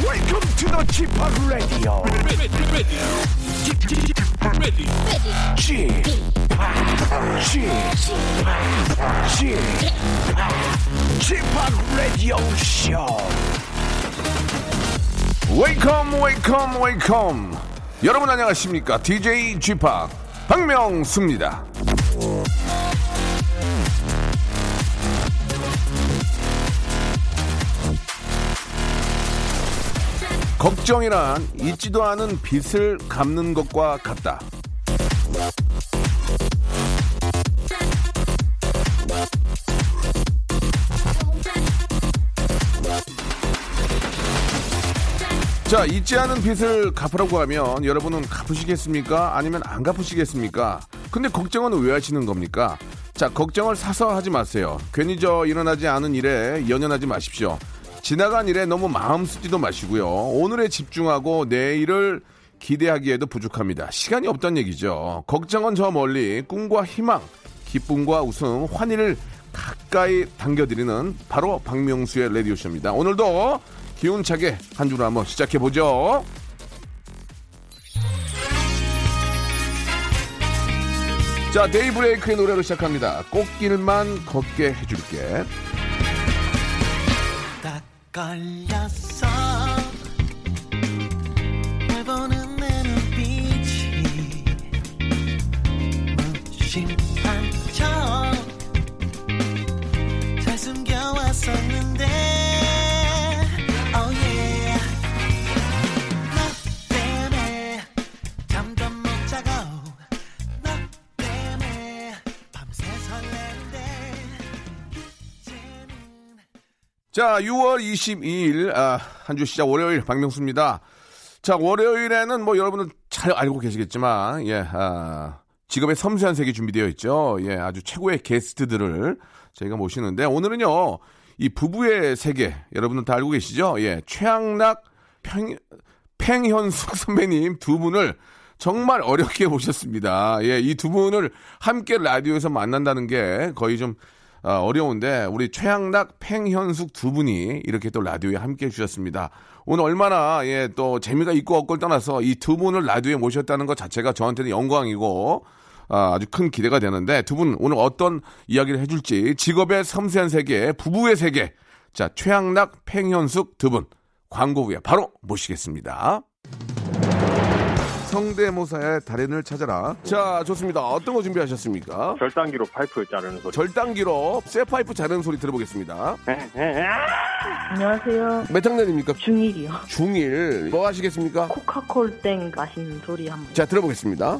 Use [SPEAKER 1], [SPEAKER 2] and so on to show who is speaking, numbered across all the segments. [SPEAKER 1] Welcome to the g p o p Radio.
[SPEAKER 2] ready, ready, ready, ready.
[SPEAKER 1] g p o p g p o p g p o p Radio Show.
[SPEAKER 3] 웨이컴 웨이컴 웨이컴 여러분 안녕하십니까 DJ g p o p 박명수입니다 걱정이란 잊지도 않은 빚을 갚는 것과 같다 자, 잊지 않은 빚을 갚으라고 하면 여러분은 갚으시겠습니까? 아니면 안 갚으시겠습니까? 근데 걱정은 왜 하시는 겁니까? 자, 걱정을 사서 하지 마세요. 괜히 저 일어나지 않은 일에 연연하지 마십시오. 지나간 일에 너무 마음 쓰지도 마시고요. 오늘에 집중하고 내일을 기대하기에도 부족합니다. 시간이 없단 얘기죠. 걱정은 저 멀리 꿈과 희망, 기쁨과 웃음, 환희를 가까이 당겨드리는 바로 박명수의 라디오쇼입니다. 오늘도 기운차게 한 주를 한번 시작해보죠. 자, 데이브레이크의 노래로 시작합니다. 꽃길만 걷게 해줄게.
[SPEAKER 4] 딱 걸렸어 널 보는 내 눈빛이 무심한 척잘 숨겨왔었는데 oh yeah 너 때문에 잠도 못 자고 너 때문에 밤새 설레는데 이제는
[SPEAKER 3] 자, 6월 22일, 아, 한 주 시작 월요일 박명수입니다. 자, 월요일에는 뭐 여러분들 잘 알고 계시겠지만, 예, 아, 직업의 섬세한 색이 준비되어 있죠. 예, 아주 최고의 게스트들을 저희가 모시는데, 오늘은요, 이 부부의 세계, 여러분들 다 알고 계시죠? 예, 최양락 평, 팽현숙 선배님 두 분을 정말 어렵게 모셨습니다. 예, 이 두 분을 함께 라디오에서 만난다는 게 거의 좀 아, 어려운데 우리 최양락, 팽현숙 두 분이 이렇게 또 라디오에 함께 해주셨습니다. 오늘 얼마나 예, 또 재미가 있고 없고를 떠나서 이 두 분을 라디오에 모셨다는 것 자체가 저한테는 영광이고 아, 아주 큰 기대가 되는데 두 분 오늘 어떤 이야기를 해줄지 직업의 섬세한 세계, 부부의 세계 자 최양락, 팽현숙 두 분 광고 후에 바로 모시겠습니다. 성대모사의 달인을 찾아라. 자, 좋습니다. 어떤 거 준비하셨습니까?
[SPEAKER 5] 절단기로 파이프 자르는 소리.
[SPEAKER 3] 절단기로 쇠파이프 자르는 소리 들어보겠습니다.
[SPEAKER 6] 안녕하세요.
[SPEAKER 3] 몇 학년입니까?
[SPEAKER 6] 중일이요.
[SPEAKER 3] 중1. 뭐 하시겠습니까?
[SPEAKER 6] 코카콜땡 마시는 소리 한번.
[SPEAKER 3] 자, 들어보겠습니다.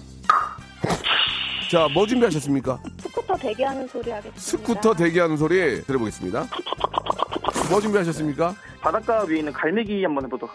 [SPEAKER 3] 자, 뭐 준비하셨습니까?
[SPEAKER 7] 스쿠터 대기하는 소리 하겠습니다.
[SPEAKER 3] 스쿠터 대기하는 소리 들어보겠습니다. 뭐 준비하셨습니까?
[SPEAKER 5] 바닷가 위에 있는 갈매기 한번 해보도록.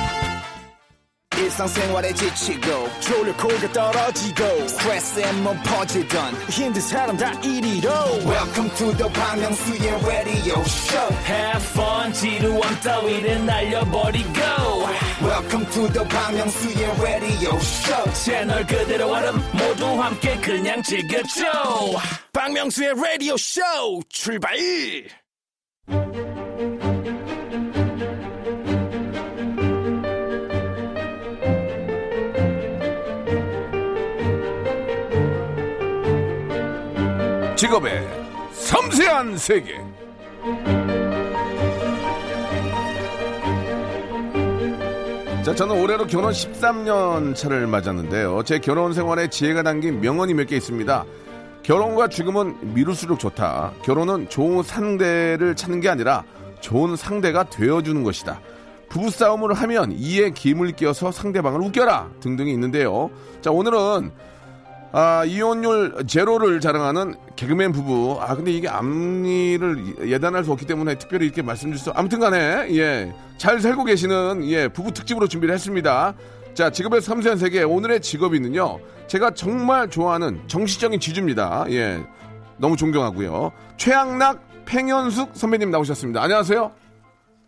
[SPEAKER 8] 일상생활에 지치고, 졸려 코가 떨어지고, 스트레스에 몸 퍼지던, 힘든 사람 다 이리로. welcome to the Bang Myung-soo's radio show
[SPEAKER 9] Have fun 지루함 따위를 날려버리고
[SPEAKER 8] welcome to the Bang Myung-soo's radio show
[SPEAKER 9] 채널 그대로 얼음 모두 함께 그냥 즐겨줘 박명수의 라디오 쇼 출발
[SPEAKER 3] 직업의 섬세한 세계. 자, 저는 올해로 결혼 13년 차를 맞았는데요. 제 결혼 생활에 지혜가 담긴 명언이 몇 개 있습니다. 결혼과 죽음은 미룰수록 좋다. 결혼은 좋은 상대를 찾는 게 아니라 좋은 상대가 되어주는 것이다. 부부싸움을 하면 이에 김을 끼어서 상대방을 웃겨라 등등이 있는데요. 자, 오늘은 아, 이혼율 제로를 자랑하는 개그맨 부부. 아, 근데 이게 앞니를 예단할 수 없기 때문에 특별히 이렇게 말씀드릴 수, 아무튼 간에, 예. 잘 살고 계시는, 예, 부부 특집으로 준비를 했습니다. 자, 직업의 섬세한 세계, 오늘의 직업인은요, 제가 정말 좋아하는 정치적인 지주입니다. 예. 너무 존경하고요. 최양락 팽현숙 선배님 나오셨습니다. 안녕하세요.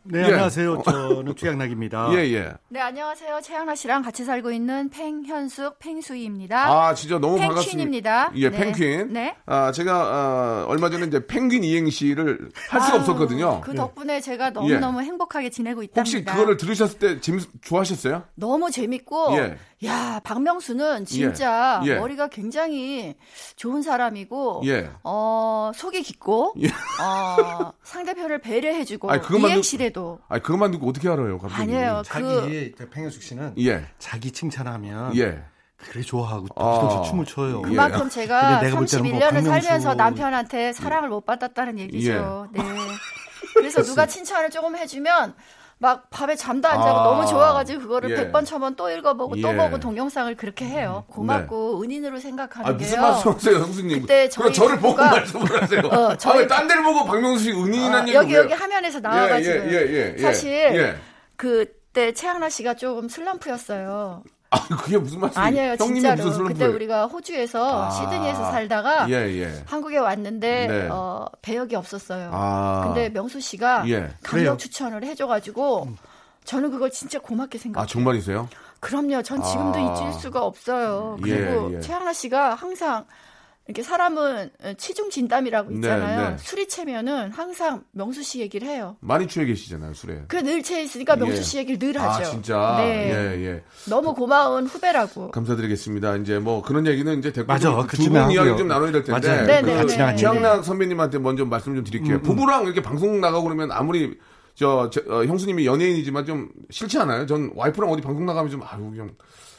[SPEAKER 10] 네,
[SPEAKER 3] 예.
[SPEAKER 10] 안녕하세요. 저는 최양락입니다.
[SPEAKER 3] 예, 예.
[SPEAKER 11] 네, 안녕하세요. 최양락 씨랑 같이 살고 있는 팽현숙, 팽수희입니다.
[SPEAKER 3] 아, 진짜 너무
[SPEAKER 11] 팽퀸입니다.
[SPEAKER 3] 반갑습니다. 예,
[SPEAKER 11] 네.
[SPEAKER 3] 펭귄.
[SPEAKER 11] 네.
[SPEAKER 3] 아, 제가 어, 얼마 전에 이제 펭귄 이행시를 할 수가
[SPEAKER 11] 아유,
[SPEAKER 3] 없었거든요. 예.
[SPEAKER 11] 그 덕분에 제가 너무너무 행복하게 지내고 있답니다.
[SPEAKER 3] 혹시 그거를 들으셨을 때 재밌, 좋아하셨어요?
[SPEAKER 11] 너무 재밌고
[SPEAKER 3] 예.
[SPEAKER 11] 야, 박명수는 진짜
[SPEAKER 3] 예.
[SPEAKER 11] 머리가 굉장히 좋은 사람이고
[SPEAKER 3] 예.
[SPEAKER 11] 어, 속이 깊고
[SPEAKER 3] 예.
[SPEAKER 11] 어, 상대편을 배려해 주고
[SPEAKER 3] 아니, 그것만 듣-
[SPEAKER 11] 이행시래도
[SPEAKER 3] 아, 그것만 듣고 어떻게 알아요, 갑자기?
[SPEAKER 11] 아니에요. 그
[SPEAKER 10] 자기 팽현숙 씨는
[SPEAKER 3] 예.
[SPEAKER 10] 자기 칭찬하면
[SPEAKER 3] 예.
[SPEAKER 10] 그래 좋아하고 또
[SPEAKER 3] 아.
[SPEAKER 10] 뒤통수 춤을 춰요.
[SPEAKER 3] 예.
[SPEAKER 11] 그만큼 제가
[SPEAKER 10] 근데 내가 볼 때는 뭐
[SPEAKER 11] 31년을
[SPEAKER 10] 박명수-
[SPEAKER 11] 살면서 남편한테 사랑을 못 받았다는
[SPEAKER 3] 예.
[SPEAKER 11] 얘기죠. 네. 그래서 누가 칭찬을 조금 해주면 막 밤에 잠도 안 자고
[SPEAKER 12] 아,
[SPEAKER 11] 너무 좋아가지고 그거를
[SPEAKER 12] 예.
[SPEAKER 11] 100번 쳐면 또 읽어보고 또
[SPEAKER 3] 예. 음, 네.
[SPEAKER 11] 보고 동영상을 그렇게 해요. 고맙고 은인으로 생각하는
[SPEAKER 3] 아, 무슨
[SPEAKER 11] 게요. 어,
[SPEAKER 3] 말씀하세요, 형수님?
[SPEAKER 11] 그때
[SPEAKER 3] 그럼
[SPEAKER 11] 저희
[SPEAKER 3] 저를 보고
[SPEAKER 11] 부부가-
[SPEAKER 3] 말씀을 하세요.
[SPEAKER 11] 어,
[SPEAKER 3] 아,
[SPEAKER 11] 저희-
[SPEAKER 3] 왜딴 데를 보고 박명수 씨
[SPEAKER 11] 아,
[SPEAKER 3] 은인이라는 얘기를
[SPEAKER 11] 여기
[SPEAKER 3] 왜요?
[SPEAKER 11] 여기 화면에서 나와가지고
[SPEAKER 3] 예, 예, 예, 예.
[SPEAKER 11] 사실
[SPEAKER 3] 예.
[SPEAKER 11] 그때 최양락 씨가 조금 슬럼프였어요.
[SPEAKER 3] 아, 그게 무슨 말씀이에요?
[SPEAKER 11] 아니에요,
[SPEAKER 3] 형님이
[SPEAKER 11] 진짜로.
[SPEAKER 3] 무슨
[SPEAKER 11] 그때
[SPEAKER 3] 슬럼프예요?
[SPEAKER 11] 우리가 호주에서
[SPEAKER 3] 아.
[SPEAKER 11] 시드니에서 살다가
[SPEAKER 3] 예, 예.
[SPEAKER 11] 한국에 왔는데
[SPEAKER 3] 네.
[SPEAKER 11] 어, 배역이 없었어요.
[SPEAKER 3] 아.
[SPEAKER 11] 근데 명수 씨가
[SPEAKER 3] 예. 그래요.
[SPEAKER 11] 강력 추천을 해줘가지고 저는 그걸 진짜 고맙게 생각해요.
[SPEAKER 3] 아, 정말이세요?
[SPEAKER 11] 그럼요, 전 지금도
[SPEAKER 3] 아.
[SPEAKER 11] 잊을 수가 없어요.
[SPEAKER 3] 예,
[SPEAKER 11] 그리고
[SPEAKER 3] 예.
[SPEAKER 11] 최양락 씨가 항상 이렇게 사람은 치중 진담이라고
[SPEAKER 3] 네,
[SPEAKER 11] 있잖아요.
[SPEAKER 3] 네.
[SPEAKER 11] 술이 채면은 항상 명수 씨 얘기를 해요.
[SPEAKER 3] 많이 취해 계시잖아요, 술에.
[SPEAKER 11] 그 늘 채 있으니까 명수 씨 얘기를 늘 하죠.
[SPEAKER 3] 아, 진짜.
[SPEAKER 11] 네.
[SPEAKER 3] 예, 그, 예.
[SPEAKER 11] 너무 고마운 후배라고.
[SPEAKER 3] 감사드리겠습니다. 이제 뭐 그런 얘기는 이제 댓글
[SPEAKER 10] 맞아, 그쯤에
[SPEAKER 3] 두분 이야기
[SPEAKER 10] 하고요.
[SPEAKER 3] 좀 나눠야 될 텐데 그
[SPEAKER 10] 맞아요. 네네, 같이 나가는
[SPEAKER 3] 최양락 선배님한테 먼저 말씀 좀 드릴게요.
[SPEAKER 10] 음,
[SPEAKER 3] 부부랑 이렇게 방송 나가고 그러면 아무리 저, 저, 어, 형수님이 연예인이지만 좀 싫지 않아요? 전 와이프랑 어디 방송 나가면 좀 아유 좀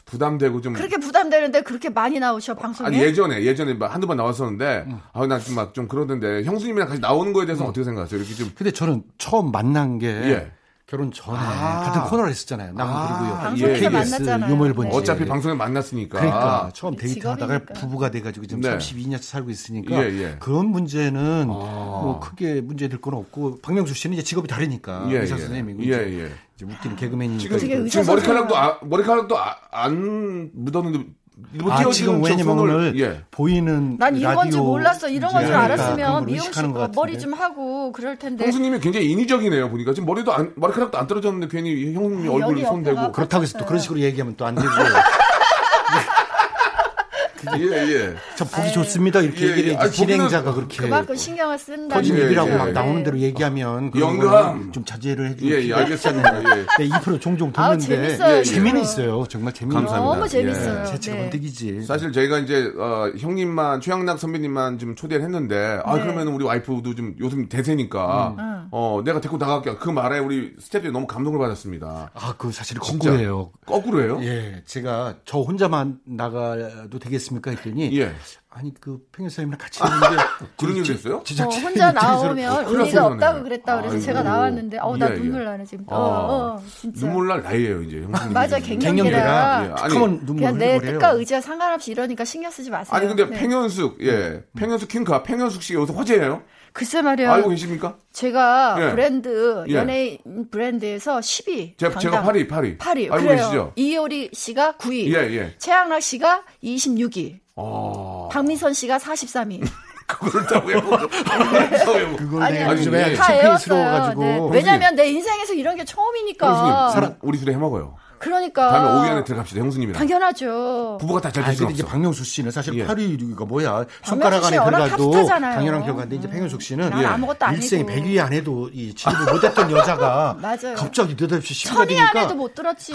[SPEAKER 3] 부담되고 좀
[SPEAKER 11] 그렇게 부담되는데 그렇게 많이 나오셔
[SPEAKER 3] 음.
[SPEAKER 11] 방송에.
[SPEAKER 3] 아니 예전에 예전에 막 한두 번 나왔었는데
[SPEAKER 10] 음.
[SPEAKER 3] 아유 난막 좀 그러던데 형수님이랑 같이 나오는 거에 대해서 는 어떻게 생각하세요? 이렇게 좀
[SPEAKER 10] 근데 저는 처음 만난 게
[SPEAKER 3] 예.
[SPEAKER 10] 결혼 전에
[SPEAKER 3] 아.
[SPEAKER 10] 같은 코너를 했었잖아요. 나
[SPEAKER 3] 아,
[SPEAKER 10] 그리고요.
[SPEAKER 3] 예.
[SPEAKER 10] KBS 유물본지.
[SPEAKER 3] 어차피 방송에 만났으니까
[SPEAKER 10] 네. 그러니까 처음 데이트하다가 부부가 돼가지고 지금
[SPEAKER 3] 네.
[SPEAKER 10] 32년째 살고 있으니까
[SPEAKER 3] 예, 예.
[SPEAKER 10] 그런
[SPEAKER 3] 아.
[SPEAKER 10] 문제는 뭐 크게 문제 될 건 없고 박명수 씨는 이제 직업이 다르니까
[SPEAKER 3] 예,
[SPEAKER 10] 의사
[SPEAKER 3] 예.
[SPEAKER 10] 선생님이고
[SPEAKER 3] 예,
[SPEAKER 10] 이제,
[SPEAKER 3] 예.
[SPEAKER 10] 이제 웃기는 개그맨이니까
[SPEAKER 3] 지금,
[SPEAKER 10] 또-
[SPEAKER 3] 지금 머리카락도 아, 머리카락도 아- 안 묻었는데 일부
[SPEAKER 10] 아,
[SPEAKER 3] 띄워지는
[SPEAKER 10] 지금
[SPEAKER 3] 저
[SPEAKER 10] 왜냐면
[SPEAKER 3] 손을-
[SPEAKER 10] 오늘
[SPEAKER 3] 예.
[SPEAKER 10] 보이는
[SPEAKER 11] 난 이런 건줄
[SPEAKER 10] 라디오
[SPEAKER 11] 몰랐어. 이런 건 줄
[SPEAKER 3] 그러니까
[SPEAKER 11] 알았으면
[SPEAKER 10] 그건
[SPEAKER 11] 미용실
[SPEAKER 10] 의식하는 것
[SPEAKER 11] 거 머리
[SPEAKER 10] 같은데.
[SPEAKER 11] 좀 하고 그럴 텐데.
[SPEAKER 3] 형수님이 굉장히 인위적이네요 보니까 지금 머리도 안, 머리카락도 안 떨어졌는데 괜히 형수님이
[SPEAKER 11] 아,
[SPEAKER 3] 얼굴
[SPEAKER 11] 여기
[SPEAKER 3] 손 대고
[SPEAKER 11] 옆에가
[SPEAKER 10] 그렇다고 해서
[SPEAKER 11] 네.
[SPEAKER 10] 또 그런 식으로 얘기하면 또 안 되고
[SPEAKER 3] 예예
[SPEAKER 10] 참 보기 좋습니다 이렇게
[SPEAKER 3] 예,
[SPEAKER 10] 얘기를
[SPEAKER 3] 예.
[SPEAKER 10] 이제
[SPEAKER 3] 아니,
[SPEAKER 10] 진행자가 그렇게
[SPEAKER 11] 그만큼 신경을 쓴다.
[SPEAKER 10] 터진 얘기라고 막
[SPEAKER 3] 예.
[SPEAKER 10] 나오는 대로 얘기하면 그런
[SPEAKER 3] 영감.
[SPEAKER 10] 거는 좀 자제를 해주고 네,
[SPEAKER 3] 예, 예, 알겠습니다. 예.
[SPEAKER 10] 이 프로 종종
[SPEAKER 11] 아우,
[SPEAKER 10] 듣는데 예,
[SPEAKER 11] 재밌어요,
[SPEAKER 10] 재미는
[SPEAKER 11] 이거.
[SPEAKER 10] 있어요 정말 재미는
[SPEAKER 3] 감사합니다. 너무 재밌어요.
[SPEAKER 10] 제 체가
[SPEAKER 11] 네.
[SPEAKER 10] 번뜩이지
[SPEAKER 3] 예. 사실 저희가 이제 어, 형님만 최양락 선배님만 좀 초대를 했는데 아
[SPEAKER 11] 네.
[SPEAKER 3] 그러면 우리 와이프도 좀 요즘 대세니까
[SPEAKER 11] 음.
[SPEAKER 3] 어 내가 데리고 나갈게 그 말에 우리 스태프들이 너무 감동을 받았습니다.
[SPEAKER 10] 아 그 사실
[SPEAKER 3] 진짜.
[SPEAKER 10] 거꾸로예요
[SPEAKER 3] 거꾸로예요?
[SPEAKER 10] 예 제가 저 혼자만 나가도 되겠습니까 했더니
[SPEAKER 3] 예.
[SPEAKER 10] 아니 그 팽현사님이랑 같이 있는데
[SPEAKER 3] 그런 얘기 했어요?
[SPEAKER 11] 어,
[SPEAKER 10] 제작진
[SPEAKER 11] 혼자
[SPEAKER 10] 어,
[SPEAKER 11] 나오면
[SPEAKER 3] 큰일
[SPEAKER 11] 의미가
[SPEAKER 3] 났어요,
[SPEAKER 11] 없다고
[SPEAKER 3] 이거는.
[SPEAKER 11] 그랬다 그래서
[SPEAKER 3] 아이고.
[SPEAKER 11] 제가 나왔는데 어우 나
[SPEAKER 3] 예, 예.
[SPEAKER 11] 눈물 나네 지금.
[SPEAKER 3] 아,
[SPEAKER 11] 어, 어, 진짜.
[SPEAKER 3] 눈물 날 나이에요 이제 형수님.
[SPEAKER 11] 맞아 갱년기라.
[SPEAKER 3] 예, 아니,
[SPEAKER 10] 툭하면 눈물
[SPEAKER 11] 그냥 내
[SPEAKER 10] 흘리고
[SPEAKER 11] 뜻과
[SPEAKER 10] 그래요
[SPEAKER 11] 의지와 상관없이 이러니까 신경 쓰지 마세요.
[SPEAKER 3] 아니 근데
[SPEAKER 11] 네.
[SPEAKER 3] 팽현숙 예 팽현숙 킹카 팽현숙 씨가 요새 화제예요?
[SPEAKER 11] 글쎄 말이야.
[SPEAKER 3] 알고 계십니까?
[SPEAKER 11] 제가
[SPEAKER 3] 예.
[SPEAKER 11] 브랜드
[SPEAKER 3] 예.
[SPEAKER 11] 연예인 브랜드에서 10위.
[SPEAKER 3] 제가 제가 8위 8위.
[SPEAKER 11] 8위.
[SPEAKER 3] 알고
[SPEAKER 11] 그래요.
[SPEAKER 3] 계시죠?
[SPEAKER 11] 이효리 씨가 9위.
[SPEAKER 3] 예, 예.
[SPEAKER 11] 최양락 씨가 26위.
[SPEAKER 3] 아
[SPEAKER 11] 박민선 씨가 43위.
[SPEAKER 3] 그걸 다 외우고 그걸 다 외우고.
[SPEAKER 10] 그걸
[SPEAKER 11] 아니,
[SPEAKER 10] 내가
[SPEAKER 3] 아니,
[SPEAKER 10] 요즘에
[SPEAKER 3] 예.
[SPEAKER 11] 다
[SPEAKER 10] 창피스러워가지고
[SPEAKER 11] 외웠어요. 네. 왜냐면 내 인생에서 이런 게 처음이니까.
[SPEAKER 3] 형수님 사랑 우리 둘이 해먹어요.
[SPEAKER 11] 그러니까.
[SPEAKER 3] 다음에 5위 안에 들어갑시다 형수님이랑.
[SPEAKER 11] 당연하죠.
[SPEAKER 3] 부부가 다 잘
[SPEAKER 10] 아,
[SPEAKER 3] 될 수는
[SPEAKER 10] 근데 이제
[SPEAKER 3] 없어.
[SPEAKER 10] 박명수 씨는 사실
[SPEAKER 3] 예.
[SPEAKER 10] 8위가 뭐야.
[SPEAKER 11] 그렇죠. 박명수
[SPEAKER 10] 손가락
[SPEAKER 11] 씨
[SPEAKER 10] 안에
[SPEAKER 11] 워낙
[SPEAKER 10] 들어가도
[SPEAKER 11] 탑스타잖아요.
[SPEAKER 10] 당연한 결과인데 이제 박명수 씨는 예,
[SPEAKER 11] 난 아무것도 안
[SPEAKER 10] 일생에
[SPEAKER 11] 해도.
[SPEAKER 10] 100위 안에도 이 진입을 못했던 여자가
[SPEAKER 11] 맞아요.
[SPEAKER 10] 갑자기 느닷없이 10위가
[SPEAKER 11] 천이 안에도
[SPEAKER 10] 되니까
[SPEAKER 11] 뭐
[SPEAKER 10] 아,
[SPEAKER 11] 못 들었지.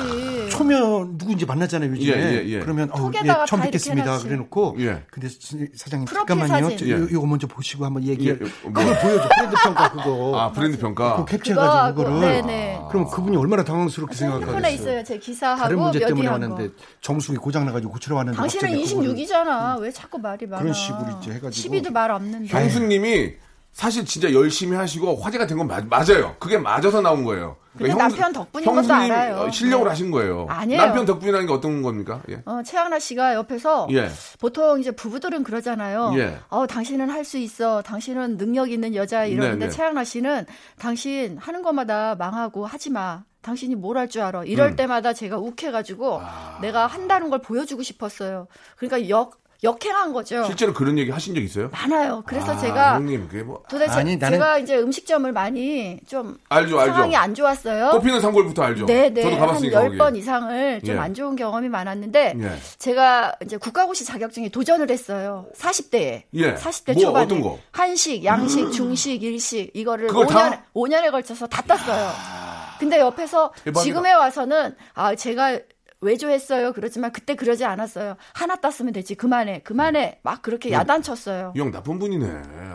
[SPEAKER 10] 초면 누군지 만나잖아요 요즘에
[SPEAKER 3] 예, 예, 예.
[SPEAKER 10] 그러면 어, 예,
[SPEAKER 11] 톡에다가
[SPEAKER 10] 처음
[SPEAKER 11] 다 이렇게
[SPEAKER 10] 뵙겠습니다
[SPEAKER 11] 해놨지.
[SPEAKER 10] 그래놓고
[SPEAKER 3] 예.
[SPEAKER 10] 근데 스- 사장님
[SPEAKER 11] 프로필
[SPEAKER 10] 잠깐만요
[SPEAKER 11] 사진.
[SPEAKER 10] 저, 요,
[SPEAKER 3] 예.
[SPEAKER 10] 요거 먼저 보시고 한번
[SPEAKER 3] 예,
[SPEAKER 10] 얘기해
[SPEAKER 3] 요- 뭐.
[SPEAKER 10] 그걸 보여줘 브랜드 평가 그거
[SPEAKER 3] 아 브랜드 평가.
[SPEAKER 10] 그거 캡처해가지고
[SPEAKER 11] 그거 하고,
[SPEAKER 10] 그거를
[SPEAKER 11] 네네.
[SPEAKER 10] 그럼
[SPEAKER 3] 아.
[SPEAKER 10] 그분이 얼마나 당황스럽게
[SPEAKER 11] 핸드폰에
[SPEAKER 10] 생각하겠어요
[SPEAKER 11] 네, 있어요. 제 기사하고
[SPEAKER 10] 다른 문제
[SPEAKER 11] 몇
[SPEAKER 10] 때문에
[SPEAKER 11] 위한
[SPEAKER 10] 왔는데
[SPEAKER 11] 거.
[SPEAKER 10] 정수기 고장 나가지고 고치러 왔는데
[SPEAKER 11] 당신은
[SPEAKER 10] 갑자기 그거를-
[SPEAKER 11] 26이잖아. 왜 자꾸 말이 많아.
[SPEAKER 10] 그런 식으로 이제 해가지고.
[SPEAKER 11] 10위도 말 없는데.
[SPEAKER 3] 형수님이 사실 진짜 열심히 하시고 화제가 된 건 맞아요. 그게 맞아서 나온 거예요. 그러니까
[SPEAKER 11] 근데 남편 덕분인 것도
[SPEAKER 3] 형수님
[SPEAKER 11] 알아요.
[SPEAKER 3] 어, 실력을
[SPEAKER 11] 네.
[SPEAKER 3] 하신 거예요.
[SPEAKER 11] 아니에요.
[SPEAKER 3] 남편 덕분이라는 게 어떤 겁니까? 예.
[SPEAKER 11] 어, 최양락 씨가 옆에서
[SPEAKER 3] 예.
[SPEAKER 11] 보통 이제 부부들은 그러잖아요.
[SPEAKER 3] 예.
[SPEAKER 11] 어, 당신은 할 수 있어. 당신은 능력 있는 여자
[SPEAKER 3] 네,
[SPEAKER 11] 이러는데
[SPEAKER 3] 네.
[SPEAKER 11] 최양락 씨는 당신 하는 것마다 망하고 하지 마. 당신이 뭘 할 줄 알아. 이럴
[SPEAKER 12] 음.
[SPEAKER 11] 때마다 제가
[SPEAKER 10] 아.
[SPEAKER 11] 욱해가지고
[SPEAKER 3] 아.
[SPEAKER 11] 내가 한다는 걸 보여주고 싶었어요. 그러니까 역, 역행한 거죠.
[SPEAKER 3] 실제로 그런 얘기 하신 적 있어요?
[SPEAKER 11] 많아요. 그래서
[SPEAKER 3] 아,
[SPEAKER 11] 제가
[SPEAKER 3] 형님 그게 뭐
[SPEAKER 11] 도대체 제가 이제 음식점을 많이 좀
[SPEAKER 3] 알죠, 알죠.
[SPEAKER 11] 상황이 안 좋았어요.
[SPEAKER 3] 꽃피는 산골부터 알죠.
[SPEAKER 11] 네, 네.
[SPEAKER 3] 저도 가봤으니까
[SPEAKER 11] 한
[SPEAKER 3] 거기.
[SPEAKER 11] 10번 이상을 좀
[SPEAKER 3] 예.
[SPEAKER 11] 안 좋은 경험이 많았는데
[SPEAKER 3] 예.
[SPEAKER 11] 제가 이제 국가고시 자격증에 도전을 했어요. 40대에.
[SPEAKER 3] 예.
[SPEAKER 11] 네, 40대
[SPEAKER 3] 뭐,
[SPEAKER 11] 초반에.
[SPEAKER 3] 어떤 거?
[SPEAKER 11] 한식, 양식, 중식, 일식 이거를
[SPEAKER 3] 그걸
[SPEAKER 11] 5년
[SPEAKER 3] 다?
[SPEAKER 11] 5년에 걸쳐서 다 땄어요.
[SPEAKER 3] 아,
[SPEAKER 11] 근데 옆에서
[SPEAKER 3] 대박이다.
[SPEAKER 11] 지금에 와서는 아, 제가 외조했어요. 그렇지만 그때 그러지 않았어요. 하나 땄으면 되지. 그만해. 그만해. 막 그렇게
[SPEAKER 3] 예.
[SPEAKER 11] 야단쳤어요.
[SPEAKER 3] 이 형 나쁜 분이네.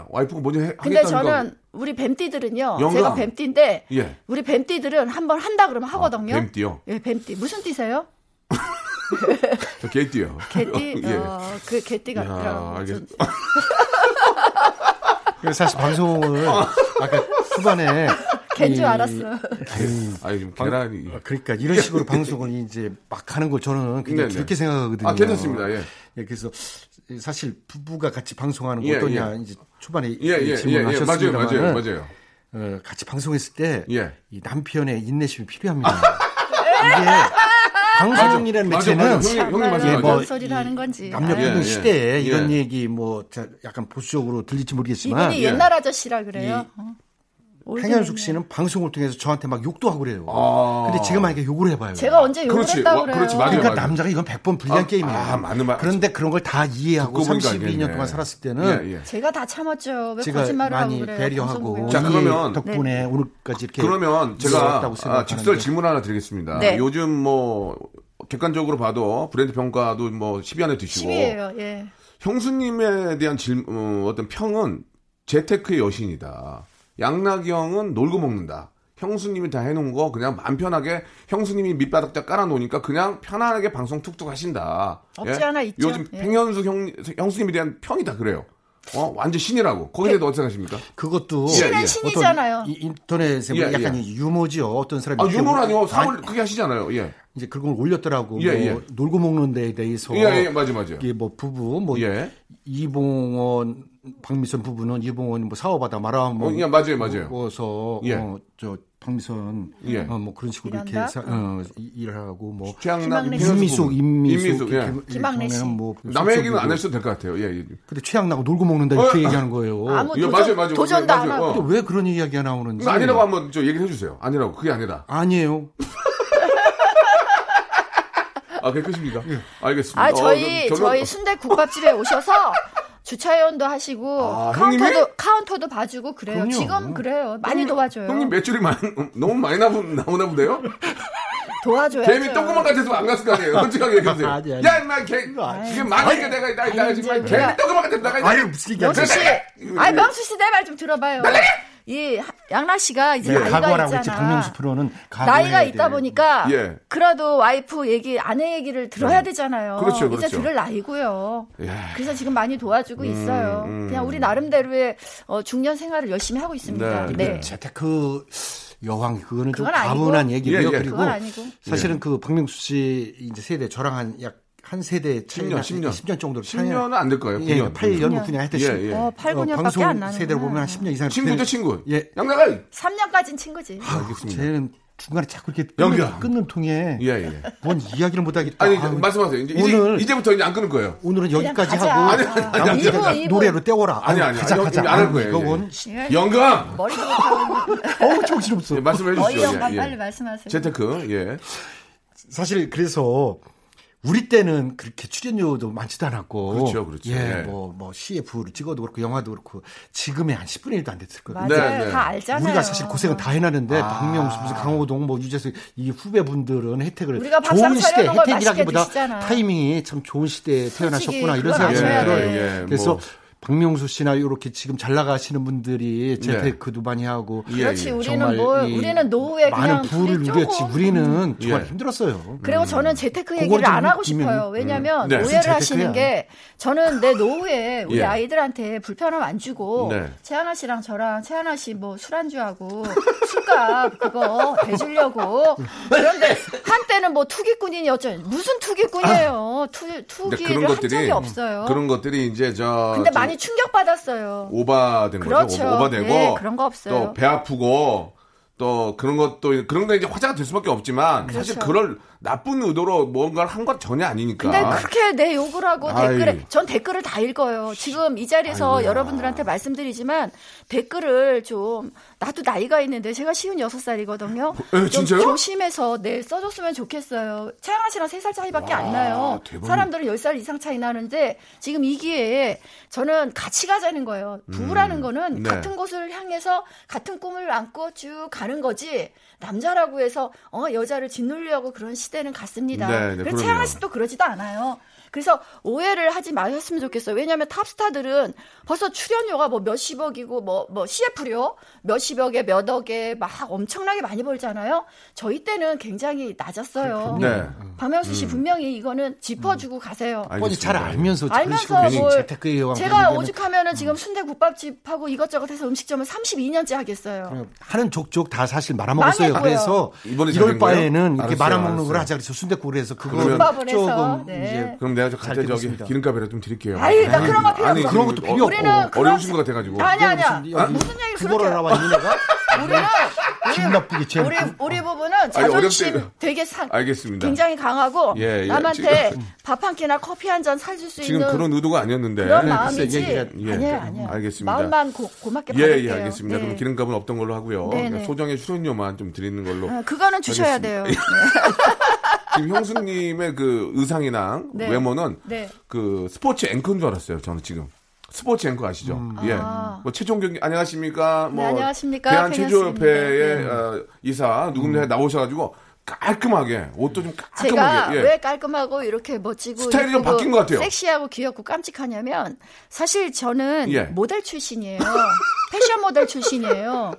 [SPEAKER 3] 와이프가 먼저 해,
[SPEAKER 11] 근데
[SPEAKER 3] 하겠다니까.
[SPEAKER 11] 저는 우리 뱀띠들은요.
[SPEAKER 3] 영감.
[SPEAKER 11] 제가 뱀띠인데
[SPEAKER 3] 예. 아,
[SPEAKER 11] 우리 뱀띠들은 한번 한다 그러면 하거든요.
[SPEAKER 3] 뱀띠요?
[SPEAKER 11] 예, 뱀띠. 무슨 띠세요?
[SPEAKER 3] 저 개띠요.
[SPEAKER 11] 개띠.
[SPEAKER 3] 예. 아,
[SPEAKER 11] 어, 그 개띠 같더라고요.
[SPEAKER 3] 알겠...
[SPEAKER 10] 그래서 사실 방송을 아까 초반에
[SPEAKER 11] 걘줄
[SPEAKER 10] 이-
[SPEAKER 11] 알았어.
[SPEAKER 3] 아니 지금
[SPEAKER 10] 방-
[SPEAKER 3] 계란이
[SPEAKER 10] 아, 그러니까 이런 식으로 방송을 이제 막 하는 걸 저는 굉장히
[SPEAKER 3] 네네.
[SPEAKER 10] 그렇게 생각하거든요.
[SPEAKER 3] 아, 괜찮습니다. 예.
[SPEAKER 10] 그래서 사실 부부가 같이 방송하는 거
[SPEAKER 3] 예,
[SPEAKER 10] 어떠냐
[SPEAKER 3] 예.
[SPEAKER 10] 이제 초반에 이-
[SPEAKER 3] 예, 예, 예, 예.
[SPEAKER 10] 질문을 하셨습니다만
[SPEAKER 3] 맞아요, 맞아요,
[SPEAKER 10] 어, 같이 방송했을 때 이
[SPEAKER 3] 예.
[SPEAKER 10] 남편의 인내심이 필요합니다. 이게 방송이라는
[SPEAKER 3] 맞아,
[SPEAKER 10] 매체는
[SPEAKER 3] 맞아. 형님, 형님 맞아요.
[SPEAKER 10] 예,
[SPEAKER 11] 뭐
[SPEAKER 10] 뭐
[SPEAKER 11] 어떤 소리를 하는 건지.
[SPEAKER 10] 남녀
[SPEAKER 11] 아유,
[SPEAKER 10] 평등 시대에
[SPEAKER 3] 예.
[SPEAKER 10] 이런 얘기 뭐 자- 약간 보수적으로 들릴지 모르겠지만
[SPEAKER 3] 예.
[SPEAKER 11] 이분이 옛날 아저씨라 그래요. 어. 올드맨이야.
[SPEAKER 10] 팽현숙 씨는 방송을 통해서 저한테 막 욕도 하고 그래요.
[SPEAKER 3] 아.
[SPEAKER 10] 근데 제가 만약에 욕을 해봐요.
[SPEAKER 11] 제가 언제 욕을
[SPEAKER 3] 그렇지.
[SPEAKER 11] 했다고
[SPEAKER 3] 와,
[SPEAKER 11] 그래요.
[SPEAKER 3] 그렇지, 맞아요,
[SPEAKER 10] 그러니까
[SPEAKER 3] 맞아요.
[SPEAKER 10] 남자가 이건 100번 불리한
[SPEAKER 3] 아,
[SPEAKER 10] 게임이에요.
[SPEAKER 3] 아, 맞는 말-
[SPEAKER 10] 그런데 그런 걸 다 이해하고
[SPEAKER 3] 듣고 보니까
[SPEAKER 10] 32년
[SPEAKER 3] 알겠네.
[SPEAKER 10] 동안 살았을 때는
[SPEAKER 3] 예, 예.
[SPEAKER 11] 제가 다 참았죠. 왜
[SPEAKER 10] 제가
[SPEAKER 11] 거짓말을 하고
[SPEAKER 10] 많이
[SPEAKER 11] 그래요. 네.
[SPEAKER 10] 배려하고
[SPEAKER 11] 방송국에.
[SPEAKER 3] 자, 그러면-
[SPEAKER 10] 이 덕분에 오늘까지 이렇게
[SPEAKER 3] 그러면 제가
[SPEAKER 10] 살았다고
[SPEAKER 3] 아,
[SPEAKER 10] 생각하는데.
[SPEAKER 3] 직설 질문 하나 드리겠습니다.
[SPEAKER 11] 네.
[SPEAKER 3] 요즘 뭐 객관적으로 봐도 브랜드 평가도 뭐 10위 안에 드시고
[SPEAKER 11] 10이에요. 예.
[SPEAKER 3] 형수님에 대한 질, 어, 어떤 평은 재테크의 여신이다. 양락이 형은 놀고 먹는다. 형수님이 다 해놓은 거 그냥 마음 편하게 형수님이 밑바닥 다 깔아놓으니까 그냥 편안하게 방송 툭툭 하신다.
[SPEAKER 11] 없지 않아 있죠.
[SPEAKER 3] 요즘
[SPEAKER 11] 예.
[SPEAKER 3] 팽현숙 형, 형수님에 대한 평이 다 그래요. 어, 완전 신이라고. 거기에 대해서 어떻게 생각하십니까? 아,
[SPEAKER 10] 그것도
[SPEAKER 3] 신은
[SPEAKER 10] 어떤
[SPEAKER 11] 신이잖아요.
[SPEAKER 10] 이- 인터넷에 보면
[SPEAKER 3] 예,
[SPEAKER 10] 약간
[SPEAKER 3] 예.
[SPEAKER 10] 이 유머지요. 어떤 사람이
[SPEAKER 3] 아,
[SPEAKER 10] 이렇게
[SPEAKER 3] 유머라니요.
[SPEAKER 10] 올-
[SPEAKER 3] 사물
[SPEAKER 10] 아니,
[SPEAKER 3] 크게 하시잖아요. 예.
[SPEAKER 10] 이제 그걸 올렸더라고.
[SPEAKER 3] 예,
[SPEAKER 10] 뭐
[SPEAKER 3] 예.
[SPEAKER 10] 놀고 먹는 데에 대해서
[SPEAKER 3] 예, 예, 맞아, 맞아.
[SPEAKER 10] 이게 뭐 부부 뭐
[SPEAKER 3] 예.
[SPEAKER 10] 이봉원 박미선 부부는 이봉원이 뭐 사업하다
[SPEAKER 3] 어,
[SPEAKER 10] 말아먹어서
[SPEAKER 3] 예, 맞아요, 맞아요.
[SPEAKER 10] 어,
[SPEAKER 3] 예.
[SPEAKER 10] 저 박미선
[SPEAKER 3] 예.
[SPEAKER 10] 어, 뭐 그런 식으로
[SPEAKER 11] 일한다?
[SPEAKER 10] 이렇게 사, 어, 이- 일을 하고 뭐
[SPEAKER 3] 최양락
[SPEAKER 11] 김학래
[SPEAKER 10] 인미
[SPEAKER 3] 씨.
[SPEAKER 10] 속 인미
[SPEAKER 3] 인미
[SPEAKER 10] 속
[SPEAKER 3] 속, 예.
[SPEAKER 11] 김학래 씨.
[SPEAKER 10] 뭐
[SPEAKER 3] 남의 얘기는 안
[SPEAKER 10] 속이고. 음.
[SPEAKER 3] 하셔도 될 것 같아요. 예, 예.
[SPEAKER 10] 근데 최양락고 놀고 먹는다 이렇게
[SPEAKER 3] 어?
[SPEAKER 10] 얘기하는 거예요.
[SPEAKER 11] 아무
[SPEAKER 3] 이거
[SPEAKER 11] 도전,
[SPEAKER 3] 맞아요, 맞아요.
[SPEAKER 11] 도전도
[SPEAKER 3] 맞아요.
[SPEAKER 11] 안 하고.
[SPEAKER 3] 어.
[SPEAKER 10] 근데 왜 그런 이야기가 나오는지
[SPEAKER 3] 이거 아니라고 한번 저 얘기를 해주세요. 아니라고. 그게 아니라.
[SPEAKER 10] 아니에요.
[SPEAKER 3] 아, 그게 끝입니까?
[SPEAKER 10] 예.
[SPEAKER 3] 알겠습니다.
[SPEAKER 11] 아,
[SPEAKER 3] 어,
[SPEAKER 11] 저희
[SPEAKER 3] 그럼 결론-
[SPEAKER 11] 저희 순대 국밥집에 오셔서 주차위원도 하시고
[SPEAKER 3] 아,
[SPEAKER 11] 카운터도
[SPEAKER 3] 형님이?
[SPEAKER 11] 카운터도 봐주고 그래요.
[SPEAKER 10] 그럼요.
[SPEAKER 11] 지금 그래요. 많이 도와줘요.
[SPEAKER 3] 어, 형님 매출이 많이, 너무 많이 나보, 나오나 보네요?
[SPEAKER 11] 도와줘요.
[SPEAKER 3] 개미 똥구멍 같아서 안 갔을 거 아니에요? 솔직하게 얘기하세요.
[SPEAKER 10] 아니, 아니.
[SPEAKER 3] 야, 임마, 개, 이게 망하니까 내가, 나, 나 지금
[SPEAKER 11] 이제
[SPEAKER 3] 개미
[SPEAKER 11] 내가-
[SPEAKER 3] 똥구멍 같아서 나가
[SPEAKER 10] 아니 무슨 얘기야?
[SPEAKER 11] 명수 씨, 아 명수 씨 내 말 좀 들어봐요. 이 양락 씨가 이제
[SPEAKER 10] 예,
[SPEAKER 11] 나이가
[SPEAKER 10] 각오하라고 했지
[SPEAKER 11] 있잖아.
[SPEAKER 10] 박명수 프로는 각오해야
[SPEAKER 11] 나이가
[SPEAKER 10] 돼.
[SPEAKER 11] 있다 보니까
[SPEAKER 3] 예.
[SPEAKER 11] 그래도 와이프 얘기 아내 얘기를 들어야 되잖아요.
[SPEAKER 3] 그렇죠, 그렇죠.
[SPEAKER 11] 이제 들을 나이고요.
[SPEAKER 3] 예.
[SPEAKER 11] 그래서 지금 많이 도와주고 있어요.
[SPEAKER 3] 음.
[SPEAKER 11] 그냥 우리 나름대로의 어, 중년 생활을 열심히 하고 있습니다.
[SPEAKER 3] 네,
[SPEAKER 11] 네.
[SPEAKER 10] 근데 재테크 그 여왕 그거는 좀
[SPEAKER 11] 그건 아니고.
[SPEAKER 10] 과분한 얘기고요.
[SPEAKER 3] 예, 예.
[SPEAKER 10] 그리고
[SPEAKER 11] 그건 아니고.
[SPEAKER 3] 네.
[SPEAKER 10] 사실은 그 박명수 씨 이제 세대 저랑 한 약 한 세대 차이
[SPEAKER 3] 10년, 10년.
[SPEAKER 10] 10년 정도
[SPEAKER 3] 10년은 안 될 거예요. 9년.
[SPEAKER 10] 8년, 9년 하여튼
[SPEAKER 3] 예, 예.
[SPEAKER 11] 어, 8, 9년밖에
[SPEAKER 10] 방송
[SPEAKER 11] 안 나는구나.
[SPEAKER 10] 세대를 보면 한 10년 이상
[SPEAKER 3] 친구죠,
[SPEAKER 10] 되는-
[SPEAKER 3] 친구.
[SPEAKER 10] 예.
[SPEAKER 3] 양나가! 이
[SPEAKER 11] 3년까진 친구지.
[SPEAKER 10] 아,
[SPEAKER 3] 알겠습니다.
[SPEAKER 10] 쟤는 중간에 자꾸 이렇게
[SPEAKER 3] 연기야.
[SPEAKER 10] 끊는, 끊는 통에
[SPEAKER 3] 예, 예.
[SPEAKER 10] 뭔 이야기를 못 하겠다.
[SPEAKER 3] 아니, 그
[SPEAKER 10] 아,
[SPEAKER 3] 말씀하세요. 이제,
[SPEAKER 10] 오늘-
[SPEAKER 3] 이제, 부터 이제 안 끊을 거예요.
[SPEAKER 10] 오늘은 여기까지
[SPEAKER 11] 가자.
[SPEAKER 10] 하고
[SPEAKER 11] 아니,
[SPEAKER 3] 아니, 아니,
[SPEAKER 10] 나머지
[SPEAKER 3] 아니, 아니.
[SPEAKER 10] 내가
[SPEAKER 11] 이분,
[SPEAKER 10] 노래로 때워라.
[SPEAKER 3] 아니, 아니,
[SPEAKER 10] 가자
[SPEAKER 3] 아니,
[SPEAKER 10] 가자.
[SPEAKER 3] 이거 안할 거예요,
[SPEAKER 10] 이건
[SPEAKER 3] 영감!
[SPEAKER 11] 머리도 못하고
[SPEAKER 10] 어우 정신없어.
[SPEAKER 3] 예, 말씀해
[SPEAKER 11] 어이
[SPEAKER 3] 주시죠.
[SPEAKER 11] 영감
[SPEAKER 3] 예, 예.
[SPEAKER 11] 빨리 말씀하세요.
[SPEAKER 3] 재테크, 예.
[SPEAKER 10] 사실 그래서 우리 때는 그렇게 출연료도 많지도 않았고
[SPEAKER 3] 그렇죠, 그렇죠. 예.
[SPEAKER 10] 예, 뭐, 뭐 CF를 찍어도 그렇고 영화도 그렇고 지금의 한 10분의 1도 안 됐을 거예요.
[SPEAKER 11] 맞아요.
[SPEAKER 3] 네, 네.
[SPEAKER 11] 다 알잖아요.
[SPEAKER 10] 우리가 사실 고생을 다 해놨는데
[SPEAKER 3] 아.
[SPEAKER 10] 박명수, 무슨 강호동, 뭐 유재석 이 후배분들은 혜택을
[SPEAKER 11] 우리가 밥상
[SPEAKER 10] 좋은 시대
[SPEAKER 11] 차려놓은 걸 맛있게
[SPEAKER 10] 혜택이라기보다
[SPEAKER 11] 드시잖아.
[SPEAKER 10] 타이밍이 참 좋은 시대에 태어나셨구나 이런
[SPEAKER 11] 그건
[SPEAKER 10] 생각이
[SPEAKER 11] 아셔야
[SPEAKER 10] 들어요.
[SPEAKER 11] 돼.
[SPEAKER 3] 예,
[SPEAKER 10] 그래서
[SPEAKER 3] 뭐.
[SPEAKER 10] 박명수 씨나 이렇게 지금 잘 나가시는
[SPEAKER 3] 네.
[SPEAKER 10] 분들이 재테크도 많이 하고
[SPEAKER 3] 예,
[SPEAKER 11] 그렇지
[SPEAKER 10] 정말
[SPEAKER 11] 우리는 뭘
[SPEAKER 10] 이
[SPEAKER 11] 우리는 노후에
[SPEAKER 10] 많은
[SPEAKER 11] 그냥
[SPEAKER 10] 부를
[SPEAKER 11] 둘이
[SPEAKER 10] 누렸지
[SPEAKER 11] 쪼고.
[SPEAKER 10] 우리는 정말
[SPEAKER 3] 예.
[SPEAKER 10] 힘들었어요. 음.
[SPEAKER 11] 그리고 저는 재테크
[SPEAKER 10] 그걸
[SPEAKER 11] 얘기를
[SPEAKER 10] 좀
[SPEAKER 11] 안 하고
[SPEAKER 10] 느끼면,
[SPEAKER 11] 싶어요.
[SPEAKER 10] 음.
[SPEAKER 11] 왜냐하면
[SPEAKER 3] 네.
[SPEAKER 11] 오해를
[SPEAKER 3] 무슨
[SPEAKER 11] 하시는
[SPEAKER 10] 재테크야.
[SPEAKER 11] 게 저는 내 노후에 우리
[SPEAKER 3] 예.
[SPEAKER 11] 아이들한테 불편함 안 주고
[SPEAKER 3] 네.
[SPEAKER 11] 채하나 씨랑 저랑 채하나 씨 뭐 술안주하고 술값 그거 대주려고 그런데 한때는 뭐 투기꾼이니 어쩌니 무슨 투기꾼이에요. 투,
[SPEAKER 3] 근데
[SPEAKER 11] 투기를
[SPEAKER 3] 그런
[SPEAKER 11] 한 적이
[SPEAKER 3] 것들이
[SPEAKER 11] 없어요.
[SPEAKER 3] 그런 것들이 이제 저
[SPEAKER 11] 근데
[SPEAKER 3] 좀
[SPEAKER 11] 많이 충격받았어요.
[SPEAKER 3] 오바된 거죠.
[SPEAKER 11] 그렇죠.
[SPEAKER 3] 오바- 오바되고
[SPEAKER 11] 예, 그런 거 없어요.
[SPEAKER 3] 또 배 아프고 또 그런 것도 그런 게 이제 화제가 될 수밖에 없지만 사실
[SPEAKER 11] 그렇죠.
[SPEAKER 3] 그럴 나쁜 의도로 뭔가를 한 건 전혀 아니니까.
[SPEAKER 11] 근데 그렇게 내 욕을 하고
[SPEAKER 3] 그러니까. 아이.
[SPEAKER 11] 댓글에 전 댓글을 다 읽어요. 지금 이 자리에서
[SPEAKER 3] 아이고야.
[SPEAKER 11] 여러분들한테 말씀드리지만 댓글을 좀 나도 나이가 있는데 제가 쉬운 여섯 살이거든요.
[SPEAKER 3] 뭐, 에,
[SPEAKER 11] 좀
[SPEAKER 3] 진짜요?
[SPEAKER 11] 조심해서 네 써줬으면 좋겠어요. 채영아 씨랑 세 살 차이밖에 안 나요.
[SPEAKER 3] 대박이다.
[SPEAKER 11] 사람들은 열 살 이상 차이 나는데 지금 이 기회에 저는 같이 가자는 거예요.
[SPEAKER 3] 음,
[SPEAKER 11] 부부라는 거는
[SPEAKER 12] 네.
[SPEAKER 11] 같은 곳을 향해서 같은 꿈을 안고 쭉 가는 거지 남자라고 해서 어 여자를 짓누리려고 그런 시대는 갔습니다.
[SPEAKER 12] 네, 네,
[SPEAKER 11] 그래서
[SPEAKER 12] 그럼요.
[SPEAKER 11] 채영아 씨도 그러지도 않아요. 그래서 오해를 하지 마셨으면 좋겠어요. 왜냐하면 탑스타들은 벌써 출연료가 뭐 몇십억이고 뭐, 뭐 CF료 몇십억에 몇억에 막 엄청나게 많이 벌잖아요. 저희 때는 굉장히 낮았어요.
[SPEAKER 3] 네.
[SPEAKER 11] 박명수 씨
[SPEAKER 3] 음.
[SPEAKER 11] 분명히 이거는
[SPEAKER 10] 음.
[SPEAKER 11] 짚어주고 가세요.
[SPEAKER 10] 뻔히 잘 알면서 그런 식으로
[SPEAKER 11] 알면서
[SPEAKER 10] 괜히
[SPEAKER 11] 뭘
[SPEAKER 10] 재테크 뭐 이용하고
[SPEAKER 11] 제가
[SPEAKER 10] 그러면은
[SPEAKER 11] 오죽하면은
[SPEAKER 10] 음.
[SPEAKER 11] 지금 순대국밥집하고 이것저것 해서 음식점을 32년째 하겠어요.
[SPEAKER 10] 하는 족족 다 사실 말아먹었어요.
[SPEAKER 11] 망했고요.
[SPEAKER 10] 그래서
[SPEAKER 3] 이번에
[SPEAKER 10] 이럴
[SPEAKER 3] 잘된 거예요?
[SPEAKER 10] 바에는 이렇게
[SPEAKER 3] 알았어요,
[SPEAKER 10] 말아먹는
[SPEAKER 3] 알았어요.
[SPEAKER 10] 걸 하자 그래서 순대국을 해서 그거는
[SPEAKER 11] 국밥을
[SPEAKER 10] 조금
[SPEAKER 11] 해서, 네.
[SPEAKER 10] 이제
[SPEAKER 3] 그럼 내가 저
[SPEAKER 10] 잘
[SPEAKER 3] 갑자기 저기
[SPEAKER 10] 되겠습니다.
[SPEAKER 3] 기름값이라도 좀 드릴게요.
[SPEAKER 11] 아이, 나 그런 거 필요
[SPEAKER 3] 아니,
[SPEAKER 11] 없어.
[SPEAKER 3] 그런
[SPEAKER 11] 어,
[SPEAKER 3] 것도 필요 없고
[SPEAKER 11] 우리는 그런-
[SPEAKER 3] 어려우신 것 같아가지고.
[SPEAKER 11] 아니 아니야.
[SPEAKER 10] 무슨-
[SPEAKER 11] 무슨,
[SPEAKER 10] 여기
[SPEAKER 11] 얘기를
[SPEAKER 10] 국어를
[SPEAKER 11] 그렇게
[SPEAKER 10] 알아봐 있는 애가 아,
[SPEAKER 11] 우리는
[SPEAKER 10] 기분 나쁘게 쟤는
[SPEAKER 11] 우리 우리 부부는
[SPEAKER 3] 아니, 어렵다,
[SPEAKER 11] 자존심
[SPEAKER 3] 이거.
[SPEAKER 11] 되게 상
[SPEAKER 3] 알겠습니다.
[SPEAKER 11] 굉장히 강하고
[SPEAKER 3] 네. 예, 예,
[SPEAKER 11] 남한테
[SPEAKER 3] 지금-
[SPEAKER 11] 밥 한 끼나 커피 한 잔 사줄 수
[SPEAKER 3] 지금
[SPEAKER 11] 있는
[SPEAKER 3] 그런 네, 의도가 아니었는데.
[SPEAKER 11] 그런 마음이지.
[SPEAKER 3] 예.
[SPEAKER 11] 아니에요, 아니에요.
[SPEAKER 3] 알겠습니다.
[SPEAKER 11] 마음만 고, 맙게
[SPEAKER 3] 예,
[SPEAKER 11] 받을게요.
[SPEAKER 3] 예, 알겠습니다. 그럼 기름값은 없던 걸로 하고요.
[SPEAKER 11] 네, 네.
[SPEAKER 3] 그러니까 소정의 출연료만 좀 드리는 걸로.
[SPEAKER 11] 아, 그거는 주셔야
[SPEAKER 3] 하겠습니다. 예.
[SPEAKER 11] 돼요.
[SPEAKER 3] 지금 형수님의 그 의상이랑
[SPEAKER 11] 네.
[SPEAKER 3] 외모는
[SPEAKER 11] 네.
[SPEAKER 3] 그 스포츠 앵커인 줄 알았어요. 저는 지금 스포츠 앵커 아시죠?
[SPEAKER 10] 음.
[SPEAKER 3] 예.
[SPEAKER 11] 아. 네,
[SPEAKER 3] 뭐 최종 경기 안녕하십니까? 뭐
[SPEAKER 11] 안녕하십니까?
[SPEAKER 3] 대한 체조 협회의
[SPEAKER 11] 팬이었습니다. 네.
[SPEAKER 3] 어, 이사 누군가
[SPEAKER 10] 음.
[SPEAKER 3] 나오셔가지고 깔끔하게 옷도 좀
[SPEAKER 11] 제가
[SPEAKER 3] 깔끔하게. 예.
[SPEAKER 11] 왜 깔끔하고 이렇게 멋지고
[SPEAKER 3] 스타일이 좀
[SPEAKER 11] 예쁘고
[SPEAKER 3] 바뀐 것 같아요.
[SPEAKER 11] 섹시하고 귀엽고 깜찍하냐면 사실 저는
[SPEAKER 3] 예.
[SPEAKER 11] 모델 출신이에요. 패션 모델 출신이에요.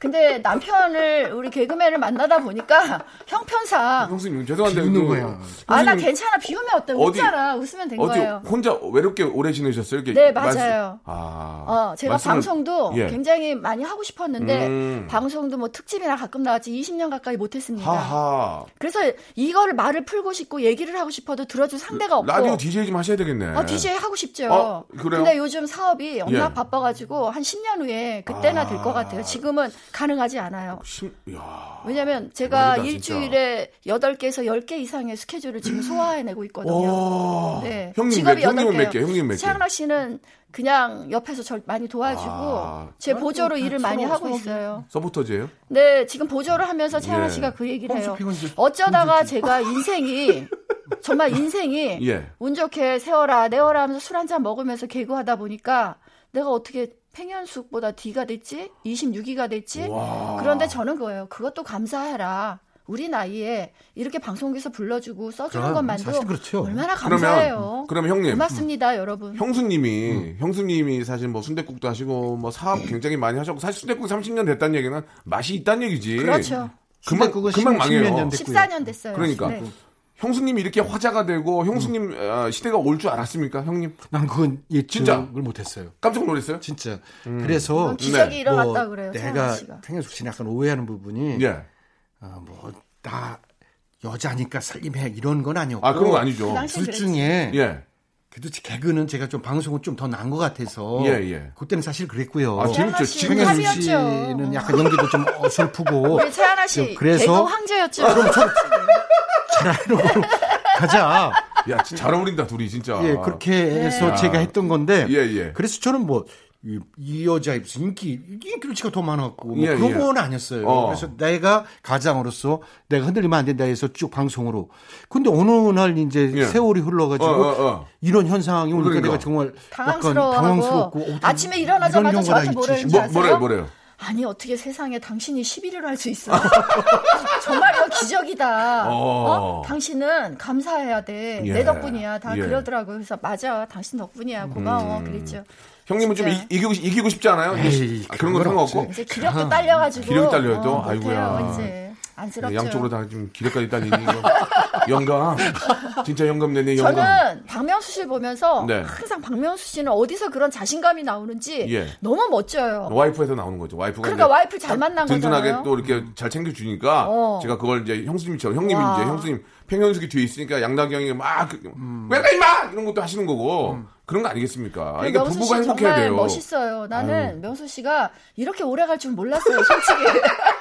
[SPEAKER 11] 근데 남편을 우리 개그맨을 만나다 보니까 형편상
[SPEAKER 3] 형수님 죄송한데
[SPEAKER 10] 비웃는
[SPEAKER 3] 그-
[SPEAKER 10] 거야.
[SPEAKER 3] 형수님
[SPEAKER 11] 아 나 괜찮아 비우면 어때
[SPEAKER 3] 어디-
[SPEAKER 11] 웃잖아 웃으면 된
[SPEAKER 3] 어디
[SPEAKER 11] 거예요.
[SPEAKER 3] 혼자 외롭게 오래 지내셨어요? 이렇게
[SPEAKER 11] 네,
[SPEAKER 3] 말씀-
[SPEAKER 11] 맞아요.
[SPEAKER 3] 아,
[SPEAKER 11] 어, 제가
[SPEAKER 3] 말씀을-
[SPEAKER 11] 방송도
[SPEAKER 3] 예.
[SPEAKER 11] 굉장히 많이 하고 싶었는데
[SPEAKER 3] 음.
[SPEAKER 11] 방송도 뭐 특집이나 가끔 나왔지 20년 가까이 못했습니다.
[SPEAKER 3] 하하.
[SPEAKER 11] 그래서 이거를 말을 풀고 싶고 얘기를 하고 싶어도 들어줄 상대가 없고
[SPEAKER 3] 라디오 DJ 좀 하셔야 되겠네.
[SPEAKER 11] 어, DJ 하고 싶죠.
[SPEAKER 3] 어, 그래요?
[SPEAKER 11] 근데 요즘 사업이 워낙
[SPEAKER 3] 예.
[SPEAKER 11] 바빠가지고 한 10년 후에 그때나 될 것 같아요. 지금은 가능하지 않아요. 왜냐면 제가
[SPEAKER 3] 대박이다, 아, 진짜.
[SPEAKER 11] 일주일에 8개에서 10개 이상의 스케줄을 지금 소화해내고 있거든요. 네,
[SPEAKER 3] 와. 형님 몇- 형님은 몇 개, 형님 몇 개?
[SPEAKER 11] 최양락 씨는 그냥 옆에서 절 많이 도와주고
[SPEAKER 3] 아.
[SPEAKER 11] 제 보조로 일을 많이 하고 있어요.
[SPEAKER 3] 서포터즈예요?
[SPEAKER 11] 네, 지금 보조를 하면서 최양락
[SPEAKER 3] 예.
[SPEAKER 11] 씨가 그 얘기를 해요.
[SPEAKER 3] 홈스피커 이제
[SPEAKER 11] 어쩌다가 제가 인생이 정말 인생이
[SPEAKER 3] 음, 예.
[SPEAKER 11] 운 좋게 세워라 내워라 하면서 술 한 잔 먹으면서 개그하다 보니까 내가 어떻게 팽현숙보다 D가 됐지? 26위가 됐지?
[SPEAKER 12] 와.
[SPEAKER 11] 네. 그런데 저는 그거예요. 그것도 감사해라. 우리 나이에 이렇게 방송국에서 불러주고 써주는
[SPEAKER 3] 그럼,
[SPEAKER 11] 것만도
[SPEAKER 3] 사실 그렇죠.
[SPEAKER 11] 얼마나
[SPEAKER 3] 그러면,
[SPEAKER 11] 감사해요. 음.
[SPEAKER 3] 그럼 형님.
[SPEAKER 11] 고맙습니다, 여러분.
[SPEAKER 3] 형수님이 형수님이 사실 뭐순댓국도 하시고 뭐 사업 굉장히 많이 하셨고 사실 순댓국 30년 됐다는 얘기는 맛이 있다는 얘기지.
[SPEAKER 11] 그렇죠.
[SPEAKER 3] 금방
[SPEAKER 10] 순댓국은
[SPEAKER 3] 금방
[SPEAKER 10] 10 10년
[SPEAKER 3] 망해요.
[SPEAKER 10] 전 됐고요.
[SPEAKER 11] 14년 됐어요.
[SPEAKER 3] 그러니까
[SPEAKER 11] 네.
[SPEAKER 3] 형수님이 이렇게 화제가 되고 형수님 어, 시대가 올 줄 알았습니까, 형님?
[SPEAKER 10] 난 그건
[SPEAKER 3] 진짜 음.
[SPEAKER 10] 예측을 못했어요.
[SPEAKER 3] 깜짝 놀랐어요.
[SPEAKER 10] 진짜. 그래서
[SPEAKER 3] 어,
[SPEAKER 10] 뭐
[SPEAKER 11] 그건 음, 기적이
[SPEAKER 3] 네.
[SPEAKER 11] 일어났다
[SPEAKER 3] 뭐
[SPEAKER 11] 그래요,
[SPEAKER 10] 내가
[SPEAKER 11] 서현 씨가.
[SPEAKER 10] 팽현숙 씨는 약간 오해하는 부분이
[SPEAKER 3] 예.
[SPEAKER 10] 아, 뭐나 여자니까 살림해 이런 건 아니었고
[SPEAKER 3] 아, 그런 거 아니죠. 그 당시엔
[SPEAKER 10] 둘
[SPEAKER 3] 그랬지.
[SPEAKER 10] 중에
[SPEAKER 3] 예.
[SPEAKER 10] 그래도 제 개그는 제가 좀 방송은 좀 더 나은 것 같아서
[SPEAKER 3] 예, 예.
[SPEAKER 10] 그때는 사실 그랬고요.
[SPEAKER 3] 아, 재밌죠. 지금
[SPEAKER 10] 팽현숙
[SPEAKER 11] 재밌죠.
[SPEAKER 10] 씨는 약간 연기도 좀 어설프고
[SPEAKER 11] 우리 최하나 씨 개그
[SPEAKER 10] 그래서
[SPEAKER 11] 황제였죠.
[SPEAKER 3] 아,
[SPEAKER 10] 가자.
[SPEAKER 3] 야, 진짜 잘 어울린다 둘이 진짜.
[SPEAKER 10] 예, 그렇게 해서
[SPEAKER 3] 야.
[SPEAKER 10] 제가 했던 건데.
[SPEAKER 3] 아. 예, 예.
[SPEAKER 10] 그래서 저는 뭐, 이, 이 여자의 무슨 인기, 인기류치가 더 많았고, 뭐
[SPEAKER 3] 예,
[SPEAKER 10] 그런
[SPEAKER 3] 예.
[SPEAKER 10] 건 아니었어요.
[SPEAKER 3] 어.
[SPEAKER 10] 그래서 내가 가장으로서 내가 흔들리면 안 된다 해서 쭉 방송으로. 근데 어느 날 이제
[SPEAKER 3] 예.
[SPEAKER 10] 세월이 흘러가지고
[SPEAKER 3] 어, 어, 어.
[SPEAKER 10] 이런 현상이 오니까
[SPEAKER 3] 그러니까.
[SPEAKER 10] 내가 정말 약간
[SPEAKER 11] 당황스러워하고
[SPEAKER 10] 당황스럽고. 어떻게
[SPEAKER 11] 아침에 일어나자마자
[SPEAKER 10] 이런 경우가
[SPEAKER 11] 저한테
[SPEAKER 10] 다
[SPEAKER 11] 뭐라
[SPEAKER 10] 있지.
[SPEAKER 11] 그러는지 아세요?
[SPEAKER 3] 뭐래요, 뭐래요?
[SPEAKER 11] 아니 어떻게 세상에 당신이 11위를 할 수 있어? 정말로 기적이다.
[SPEAKER 3] 어.
[SPEAKER 11] 어? 당신은 감사해야 돼.
[SPEAKER 3] 예.
[SPEAKER 11] 내 덕분이야. 다
[SPEAKER 3] 예.
[SPEAKER 11] 그러더라고요. 그래서 맞아, 당신 덕분이야. 고마워.
[SPEAKER 3] 음.
[SPEAKER 11] 그랬죠.
[SPEAKER 3] 형님은 좀
[SPEAKER 11] 진짜.
[SPEAKER 3] 이, 기고 이기고 싶지 않아요?
[SPEAKER 10] 에이,
[SPEAKER 3] 아, 그런 건
[SPEAKER 10] 그런 건
[SPEAKER 3] 상관없고.
[SPEAKER 11] 이제 기력도 딸려가지고.
[SPEAKER 3] 아, 기력이 딸려요, 또?
[SPEAKER 11] 어, 못해요,
[SPEAKER 3] 아이고야.
[SPEAKER 11] 이제. 안쓰럽죠.
[SPEAKER 3] 예, 양쪽으로 다 지금 기력까지 딸리니 이거 영감. 진짜 영감 내네 영감.
[SPEAKER 11] 저는 박명수 씨를 보면서
[SPEAKER 3] 네.
[SPEAKER 11] 항상 박명수 씨는 어디서 그런 자신감이 나오는지
[SPEAKER 3] 예.
[SPEAKER 11] 너무 멋져요.
[SPEAKER 3] 와이프에서 나오는 거죠. 와이프가
[SPEAKER 11] 그러니까
[SPEAKER 3] 이제
[SPEAKER 11] 와이프를 잘 만난
[SPEAKER 3] 든든하게
[SPEAKER 11] 거잖아요.
[SPEAKER 3] 또 이렇게 잘 챙겨주니까
[SPEAKER 11] 어.
[SPEAKER 3] 제가 그걸 이제 형수님처럼 형님이
[SPEAKER 11] 와.
[SPEAKER 3] 이제 형수님 평현숙이 뒤에 있으니까 양다경이 막 그, 왜가 임마 이런 것도 하시는 거고 그런 거 아니겠습니까? 이게
[SPEAKER 11] 명수
[SPEAKER 3] 부부가
[SPEAKER 11] 씨
[SPEAKER 3] 행복해야
[SPEAKER 11] 정말
[SPEAKER 3] 돼요.
[SPEAKER 11] 멋있어요. 나는
[SPEAKER 3] 아유.
[SPEAKER 11] 명수 씨가 이렇게 오래 갈 줄 몰랐어요, 솔직히.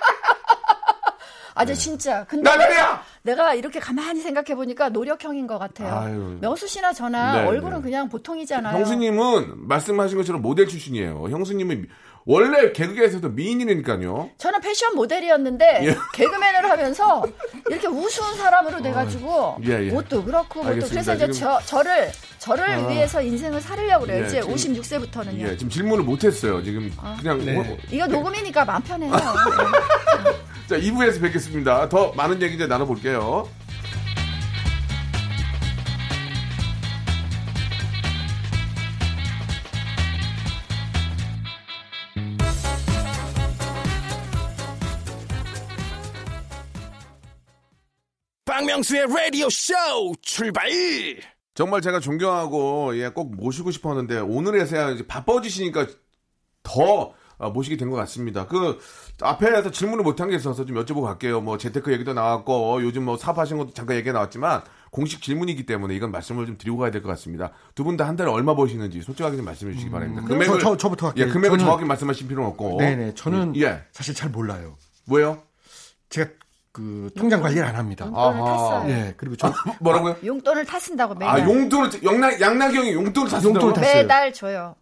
[SPEAKER 11] 아주
[SPEAKER 3] 네.
[SPEAKER 11] 진짜. 근데
[SPEAKER 3] 나들이야!
[SPEAKER 11] 내가 이렇게 가만히 생각해 보니까 노력형인 것 같아요.
[SPEAKER 3] 아유.
[SPEAKER 11] 명수 씨나 저나
[SPEAKER 3] 네,
[SPEAKER 11] 얼굴은
[SPEAKER 3] 네.
[SPEAKER 11] 그냥 보통이잖아요.
[SPEAKER 3] 형수님은 말씀하신 것처럼 모델 출신이에요. 형수님은 원래 개그계에서도 미인이니까요.
[SPEAKER 11] 저는 패션 모델이었는데
[SPEAKER 3] 예. 아,
[SPEAKER 11] 개그맨을 하면서 이렇게 우스운 사람으로 돼가지고
[SPEAKER 3] 예, 예.
[SPEAKER 11] 옷도 그렇고 뭐도
[SPEAKER 3] 알겠습니다.
[SPEAKER 11] 그래서 이제
[SPEAKER 3] 지금-
[SPEAKER 11] 저, 저를 저를
[SPEAKER 3] 아.
[SPEAKER 11] 위해서 인생을 살으려고 그래요.
[SPEAKER 3] 예,
[SPEAKER 11] 이제
[SPEAKER 3] 지금-
[SPEAKER 11] 56세부터는요.
[SPEAKER 3] 예, 지금 질문을 못했어요. 지금
[SPEAKER 11] 아.
[SPEAKER 3] 그냥
[SPEAKER 10] 네.
[SPEAKER 3] 뭐-
[SPEAKER 11] 이거 녹음이니까 마음 편해요. 네,
[SPEAKER 3] 자 2부에서 뵙겠습니다. 더 많은 얘기 이제 나눠볼게요.
[SPEAKER 9] 박명수의 라디오 쇼 출발!
[SPEAKER 3] 정말 제가 존경하고 예, 꼭 모시고 싶었는데 오늘에서야 이제 바빠지시니까 더 아, 모시게 된 것 같습니다. 그 앞에서 질문을 못한 게 있어서 좀 여쭤보고 갈게요. 뭐 재테크 얘기도 나왔고 요즘 뭐 사업하신 것도 잠깐 얘기 나왔지만 공식 질문이기 때문에 이건 말씀을 좀 드리고 가야 될 것 같습니다. 두 분 다 한 달에 얼마 버시는지 솔직하게 좀 말씀해 주시기 바랍니다. 금액을
[SPEAKER 10] 음, 저- 저- 저부터
[SPEAKER 3] 예,
[SPEAKER 10] 할게요.
[SPEAKER 3] 금액을
[SPEAKER 10] 저는-
[SPEAKER 3] 정확히 말씀하실 필요는 없고.
[SPEAKER 10] 네네. 저는
[SPEAKER 3] 예
[SPEAKER 10] 사실 잘 몰라요.
[SPEAKER 3] 뭐요?
[SPEAKER 10] 제가 그 통장 관리를 안 합니다.
[SPEAKER 11] 용돈을
[SPEAKER 3] 아하.
[SPEAKER 11] 탔어요.
[SPEAKER 10] 예. 그리고 저
[SPEAKER 3] 뭐라고요?
[SPEAKER 11] 용돈을 탔쓴다고 매달.
[SPEAKER 3] 아 용돈을 양락 양락형이 용돈을 다
[SPEAKER 10] 네. 용돈을
[SPEAKER 3] 쓴다고?
[SPEAKER 10] 탔어요.
[SPEAKER 11] 매달 줘요.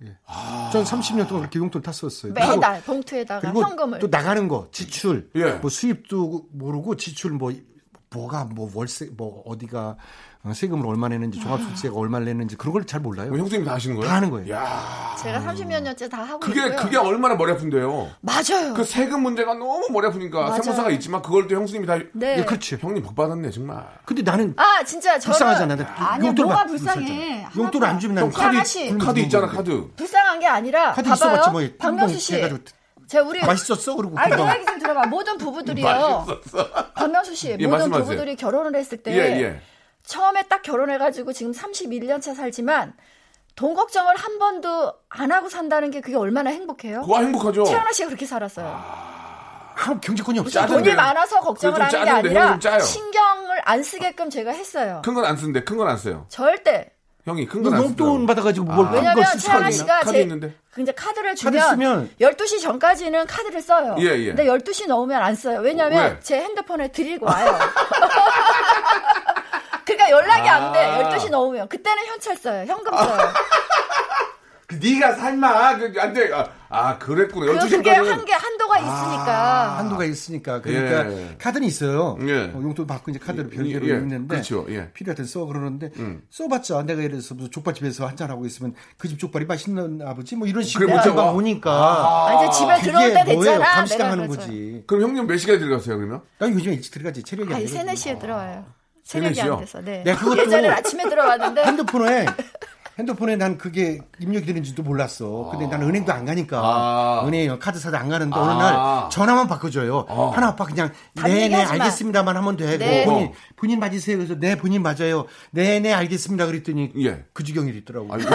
[SPEAKER 10] 전 30년 동안 그렇게 용돈 탔었어요.
[SPEAKER 11] 매달 봉투에다가
[SPEAKER 10] 그리고
[SPEAKER 11] 네. 현금을.
[SPEAKER 10] 또 나가는 거 지출
[SPEAKER 3] 예.
[SPEAKER 10] 뭐 수입도 모르고 지출 뭐 뭐가 뭐 월세 뭐 어디가 어, 세금을 얼마 내는지 종합소득세가 얼마 냈는지 그런 걸 잘 몰라요.
[SPEAKER 3] 그럼 형수님 다 하시는 거예요?
[SPEAKER 10] 다 하는 거예요.
[SPEAKER 3] 야
[SPEAKER 11] 제가 30몇 년째 다 하고
[SPEAKER 3] 그게
[SPEAKER 11] 있고요.
[SPEAKER 3] 그게 얼마나 머리 아픈데요.
[SPEAKER 11] 맞아요.
[SPEAKER 3] 그 세금 문제가 너무 머리 아프니까
[SPEAKER 11] 맞아요.
[SPEAKER 3] 세무사가 있지만 그걸 또 형수님이 다
[SPEAKER 11] 네.
[SPEAKER 10] 예, 그렇지.
[SPEAKER 3] 형님 복 받았네 정말.
[SPEAKER 10] 근데 나는
[SPEAKER 11] 아 진짜 저는
[SPEAKER 10] 불쌍하잖아.
[SPEAKER 11] 아니 뭐가 불쌍해. 하나
[SPEAKER 10] 용돈을 안
[SPEAKER 11] 봐.
[SPEAKER 10] 주면
[SPEAKER 3] 형
[SPEAKER 10] 나는
[SPEAKER 3] 카드
[SPEAKER 11] 하나씩.
[SPEAKER 10] 굶어
[SPEAKER 3] 카드
[SPEAKER 10] 죽는
[SPEAKER 3] 있잖아
[SPEAKER 10] 건데.
[SPEAKER 3] 카드.
[SPEAKER 11] 불쌍한 게 아니라
[SPEAKER 10] 카드
[SPEAKER 11] 봐봐요.
[SPEAKER 10] 있어봤자 뭐
[SPEAKER 11] 박명수 씨.
[SPEAKER 10] 해가지고 그
[SPEAKER 11] 제가 우리
[SPEAKER 10] 맛있었어 그러고
[SPEAKER 11] 예. 아니
[SPEAKER 10] 금방.
[SPEAKER 11] 내 얘기 좀 들어봐. 모든 부부들이요. 박명수
[SPEAKER 10] 예,
[SPEAKER 11] 씨 모든
[SPEAKER 3] 말씀하세요.
[SPEAKER 11] 부부들이 결혼을 했을 때
[SPEAKER 3] 예 예.
[SPEAKER 11] 처음에 딱 결혼해가지고 지금 31년 차 살지만 돈 걱정을 한 번도 안 하고 산다는 게 그게 얼마나 행복해요?
[SPEAKER 3] 그거 행복하죠.
[SPEAKER 11] 최연아 씨가 그렇게 살았어요.
[SPEAKER 10] 아무 경제권이 없어.
[SPEAKER 3] 짜증-
[SPEAKER 11] 돈이
[SPEAKER 3] 짜증내요.
[SPEAKER 11] 많아서 걱정을
[SPEAKER 3] 그게 좀
[SPEAKER 11] 하는 게
[SPEAKER 3] 짜증내요. 좀 짜요. 그
[SPEAKER 11] 아니라 신경을 안 쓰게끔 제가 했어요.
[SPEAKER 3] 큰 건 안 쓰는데 큰 건 안 써요.
[SPEAKER 11] 절대.
[SPEAKER 3] 형이 큰 건 안 쓰요
[SPEAKER 10] 용돈 받아가지고 뭘
[SPEAKER 3] 아.
[SPEAKER 10] 그걸
[SPEAKER 11] 왜냐면
[SPEAKER 10] 쓸 수가
[SPEAKER 11] 최하나
[SPEAKER 10] 있나?
[SPEAKER 11] 씨가
[SPEAKER 3] 카드
[SPEAKER 11] 제
[SPEAKER 3] 있는데?
[SPEAKER 11] 근데 그 카드를
[SPEAKER 10] 카드
[SPEAKER 11] 주면
[SPEAKER 10] 쓰면-
[SPEAKER 11] 12시 전까지는 카드를 써요.
[SPEAKER 3] 예, 예.
[SPEAKER 11] 근데 12시 넘으면 안 써요. 왜냐면
[SPEAKER 3] 왜?
[SPEAKER 11] 제 핸드폰에 드리고 와요. 그러니까 연락이 안 돼.
[SPEAKER 3] 아.
[SPEAKER 11] 12시 넘으면 그때는 현찰 써요. 현금 써요.
[SPEAKER 3] 그 네가 살마 그, 안 돼. 아, 아, 그랬구나.
[SPEAKER 11] 그
[SPEAKER 3] 12시까지는.
[SPEAKER 11] 그게 한게 한도가 있으니까.
[SPEAKER 10] 아, 한도가 있으니까 그러니까
[SPEAKER 3] 예.
[SPEAKER 10] 카드는 있어요.
[SPEAKER 3] 예.
[SPEAKER 10] 어, 용돈 받고 이제 카드를 별개로
[SPEAKER 3] 예, 예.
[SPEAKER 10] 있는데
[SPEAKER 3] 그렇죠, 예.
[SPEAKER 10] 필요할 때 써 그러는데 써봤자 내가 예를 들어서 무슨 족발집에서 한잔 하고 있으면 그 집 족발이 맛있는 아버지 뭐 이런 식으로
[SPEAKER 3] 그래, 못
[SPEAKER 10] 문자가
[SPEAKER 3] 잡아.
[SPEAKER 10] 오니까
[SPEAKER 11] 아, 이제 집에 들어올 때
[SPEAKER 10] 뭐예요?
[SPEAKER 11] 됐잖아.
[SPEAKER 10] 감시당하는
[SPEAKER 11] 내가 그래서.
[SPEAKER 10] 거지.
[SPEAKER 3] 그럼 형님 몇 시간에 들어갔어요 그러면?
[SPEAKER 10] 난 요즘에 일찍 들어가지 체력이 안
[SPEAKER 11] 아니,
[SPEAKER 10] 돼.
[SPEAKER 11] 3, 4시에 들어와요. 새벽이
[SPEAKER 3] 세네시요?
[SPEAKER 11] 안 돼서. 네.
[SPEAKER 10] 야, 그것도-
[SPEAKER 11] 예전에 아침에 들어왔는데
[SPEAKER 10] 핸드폰에 핸드폰에 난 그게 입력이 되는지도 몰랐어. 근데 난 은행도 안 가니까
[SPEAKER 3] 아.
[SPEAKER 10] 은행 카드사도 안 가는데
[SPEAKER 3] 아. 어.
[SPEAKER 10] 어느 날 전화만 바꿔줘요. 하나 아빠 그냥
[SPEAKER 11] 단
[SPEAKER 10] 네네
[SPEAKER 11] 얘기하지 마.
[SPEAKER 10] 알겠습니다만 하면 되고
[SPEAKER 11] 네.
[SPEAKER 10] 본인 본인 맞으세요. 그래서 네 본인 맞아요. 네네 알겠습니다. 그랬더니
[SPEAKER 3] 예.
[SPEAKER 10] 그 지경이 됐더라고.
[SPEAKER 3] 아이고.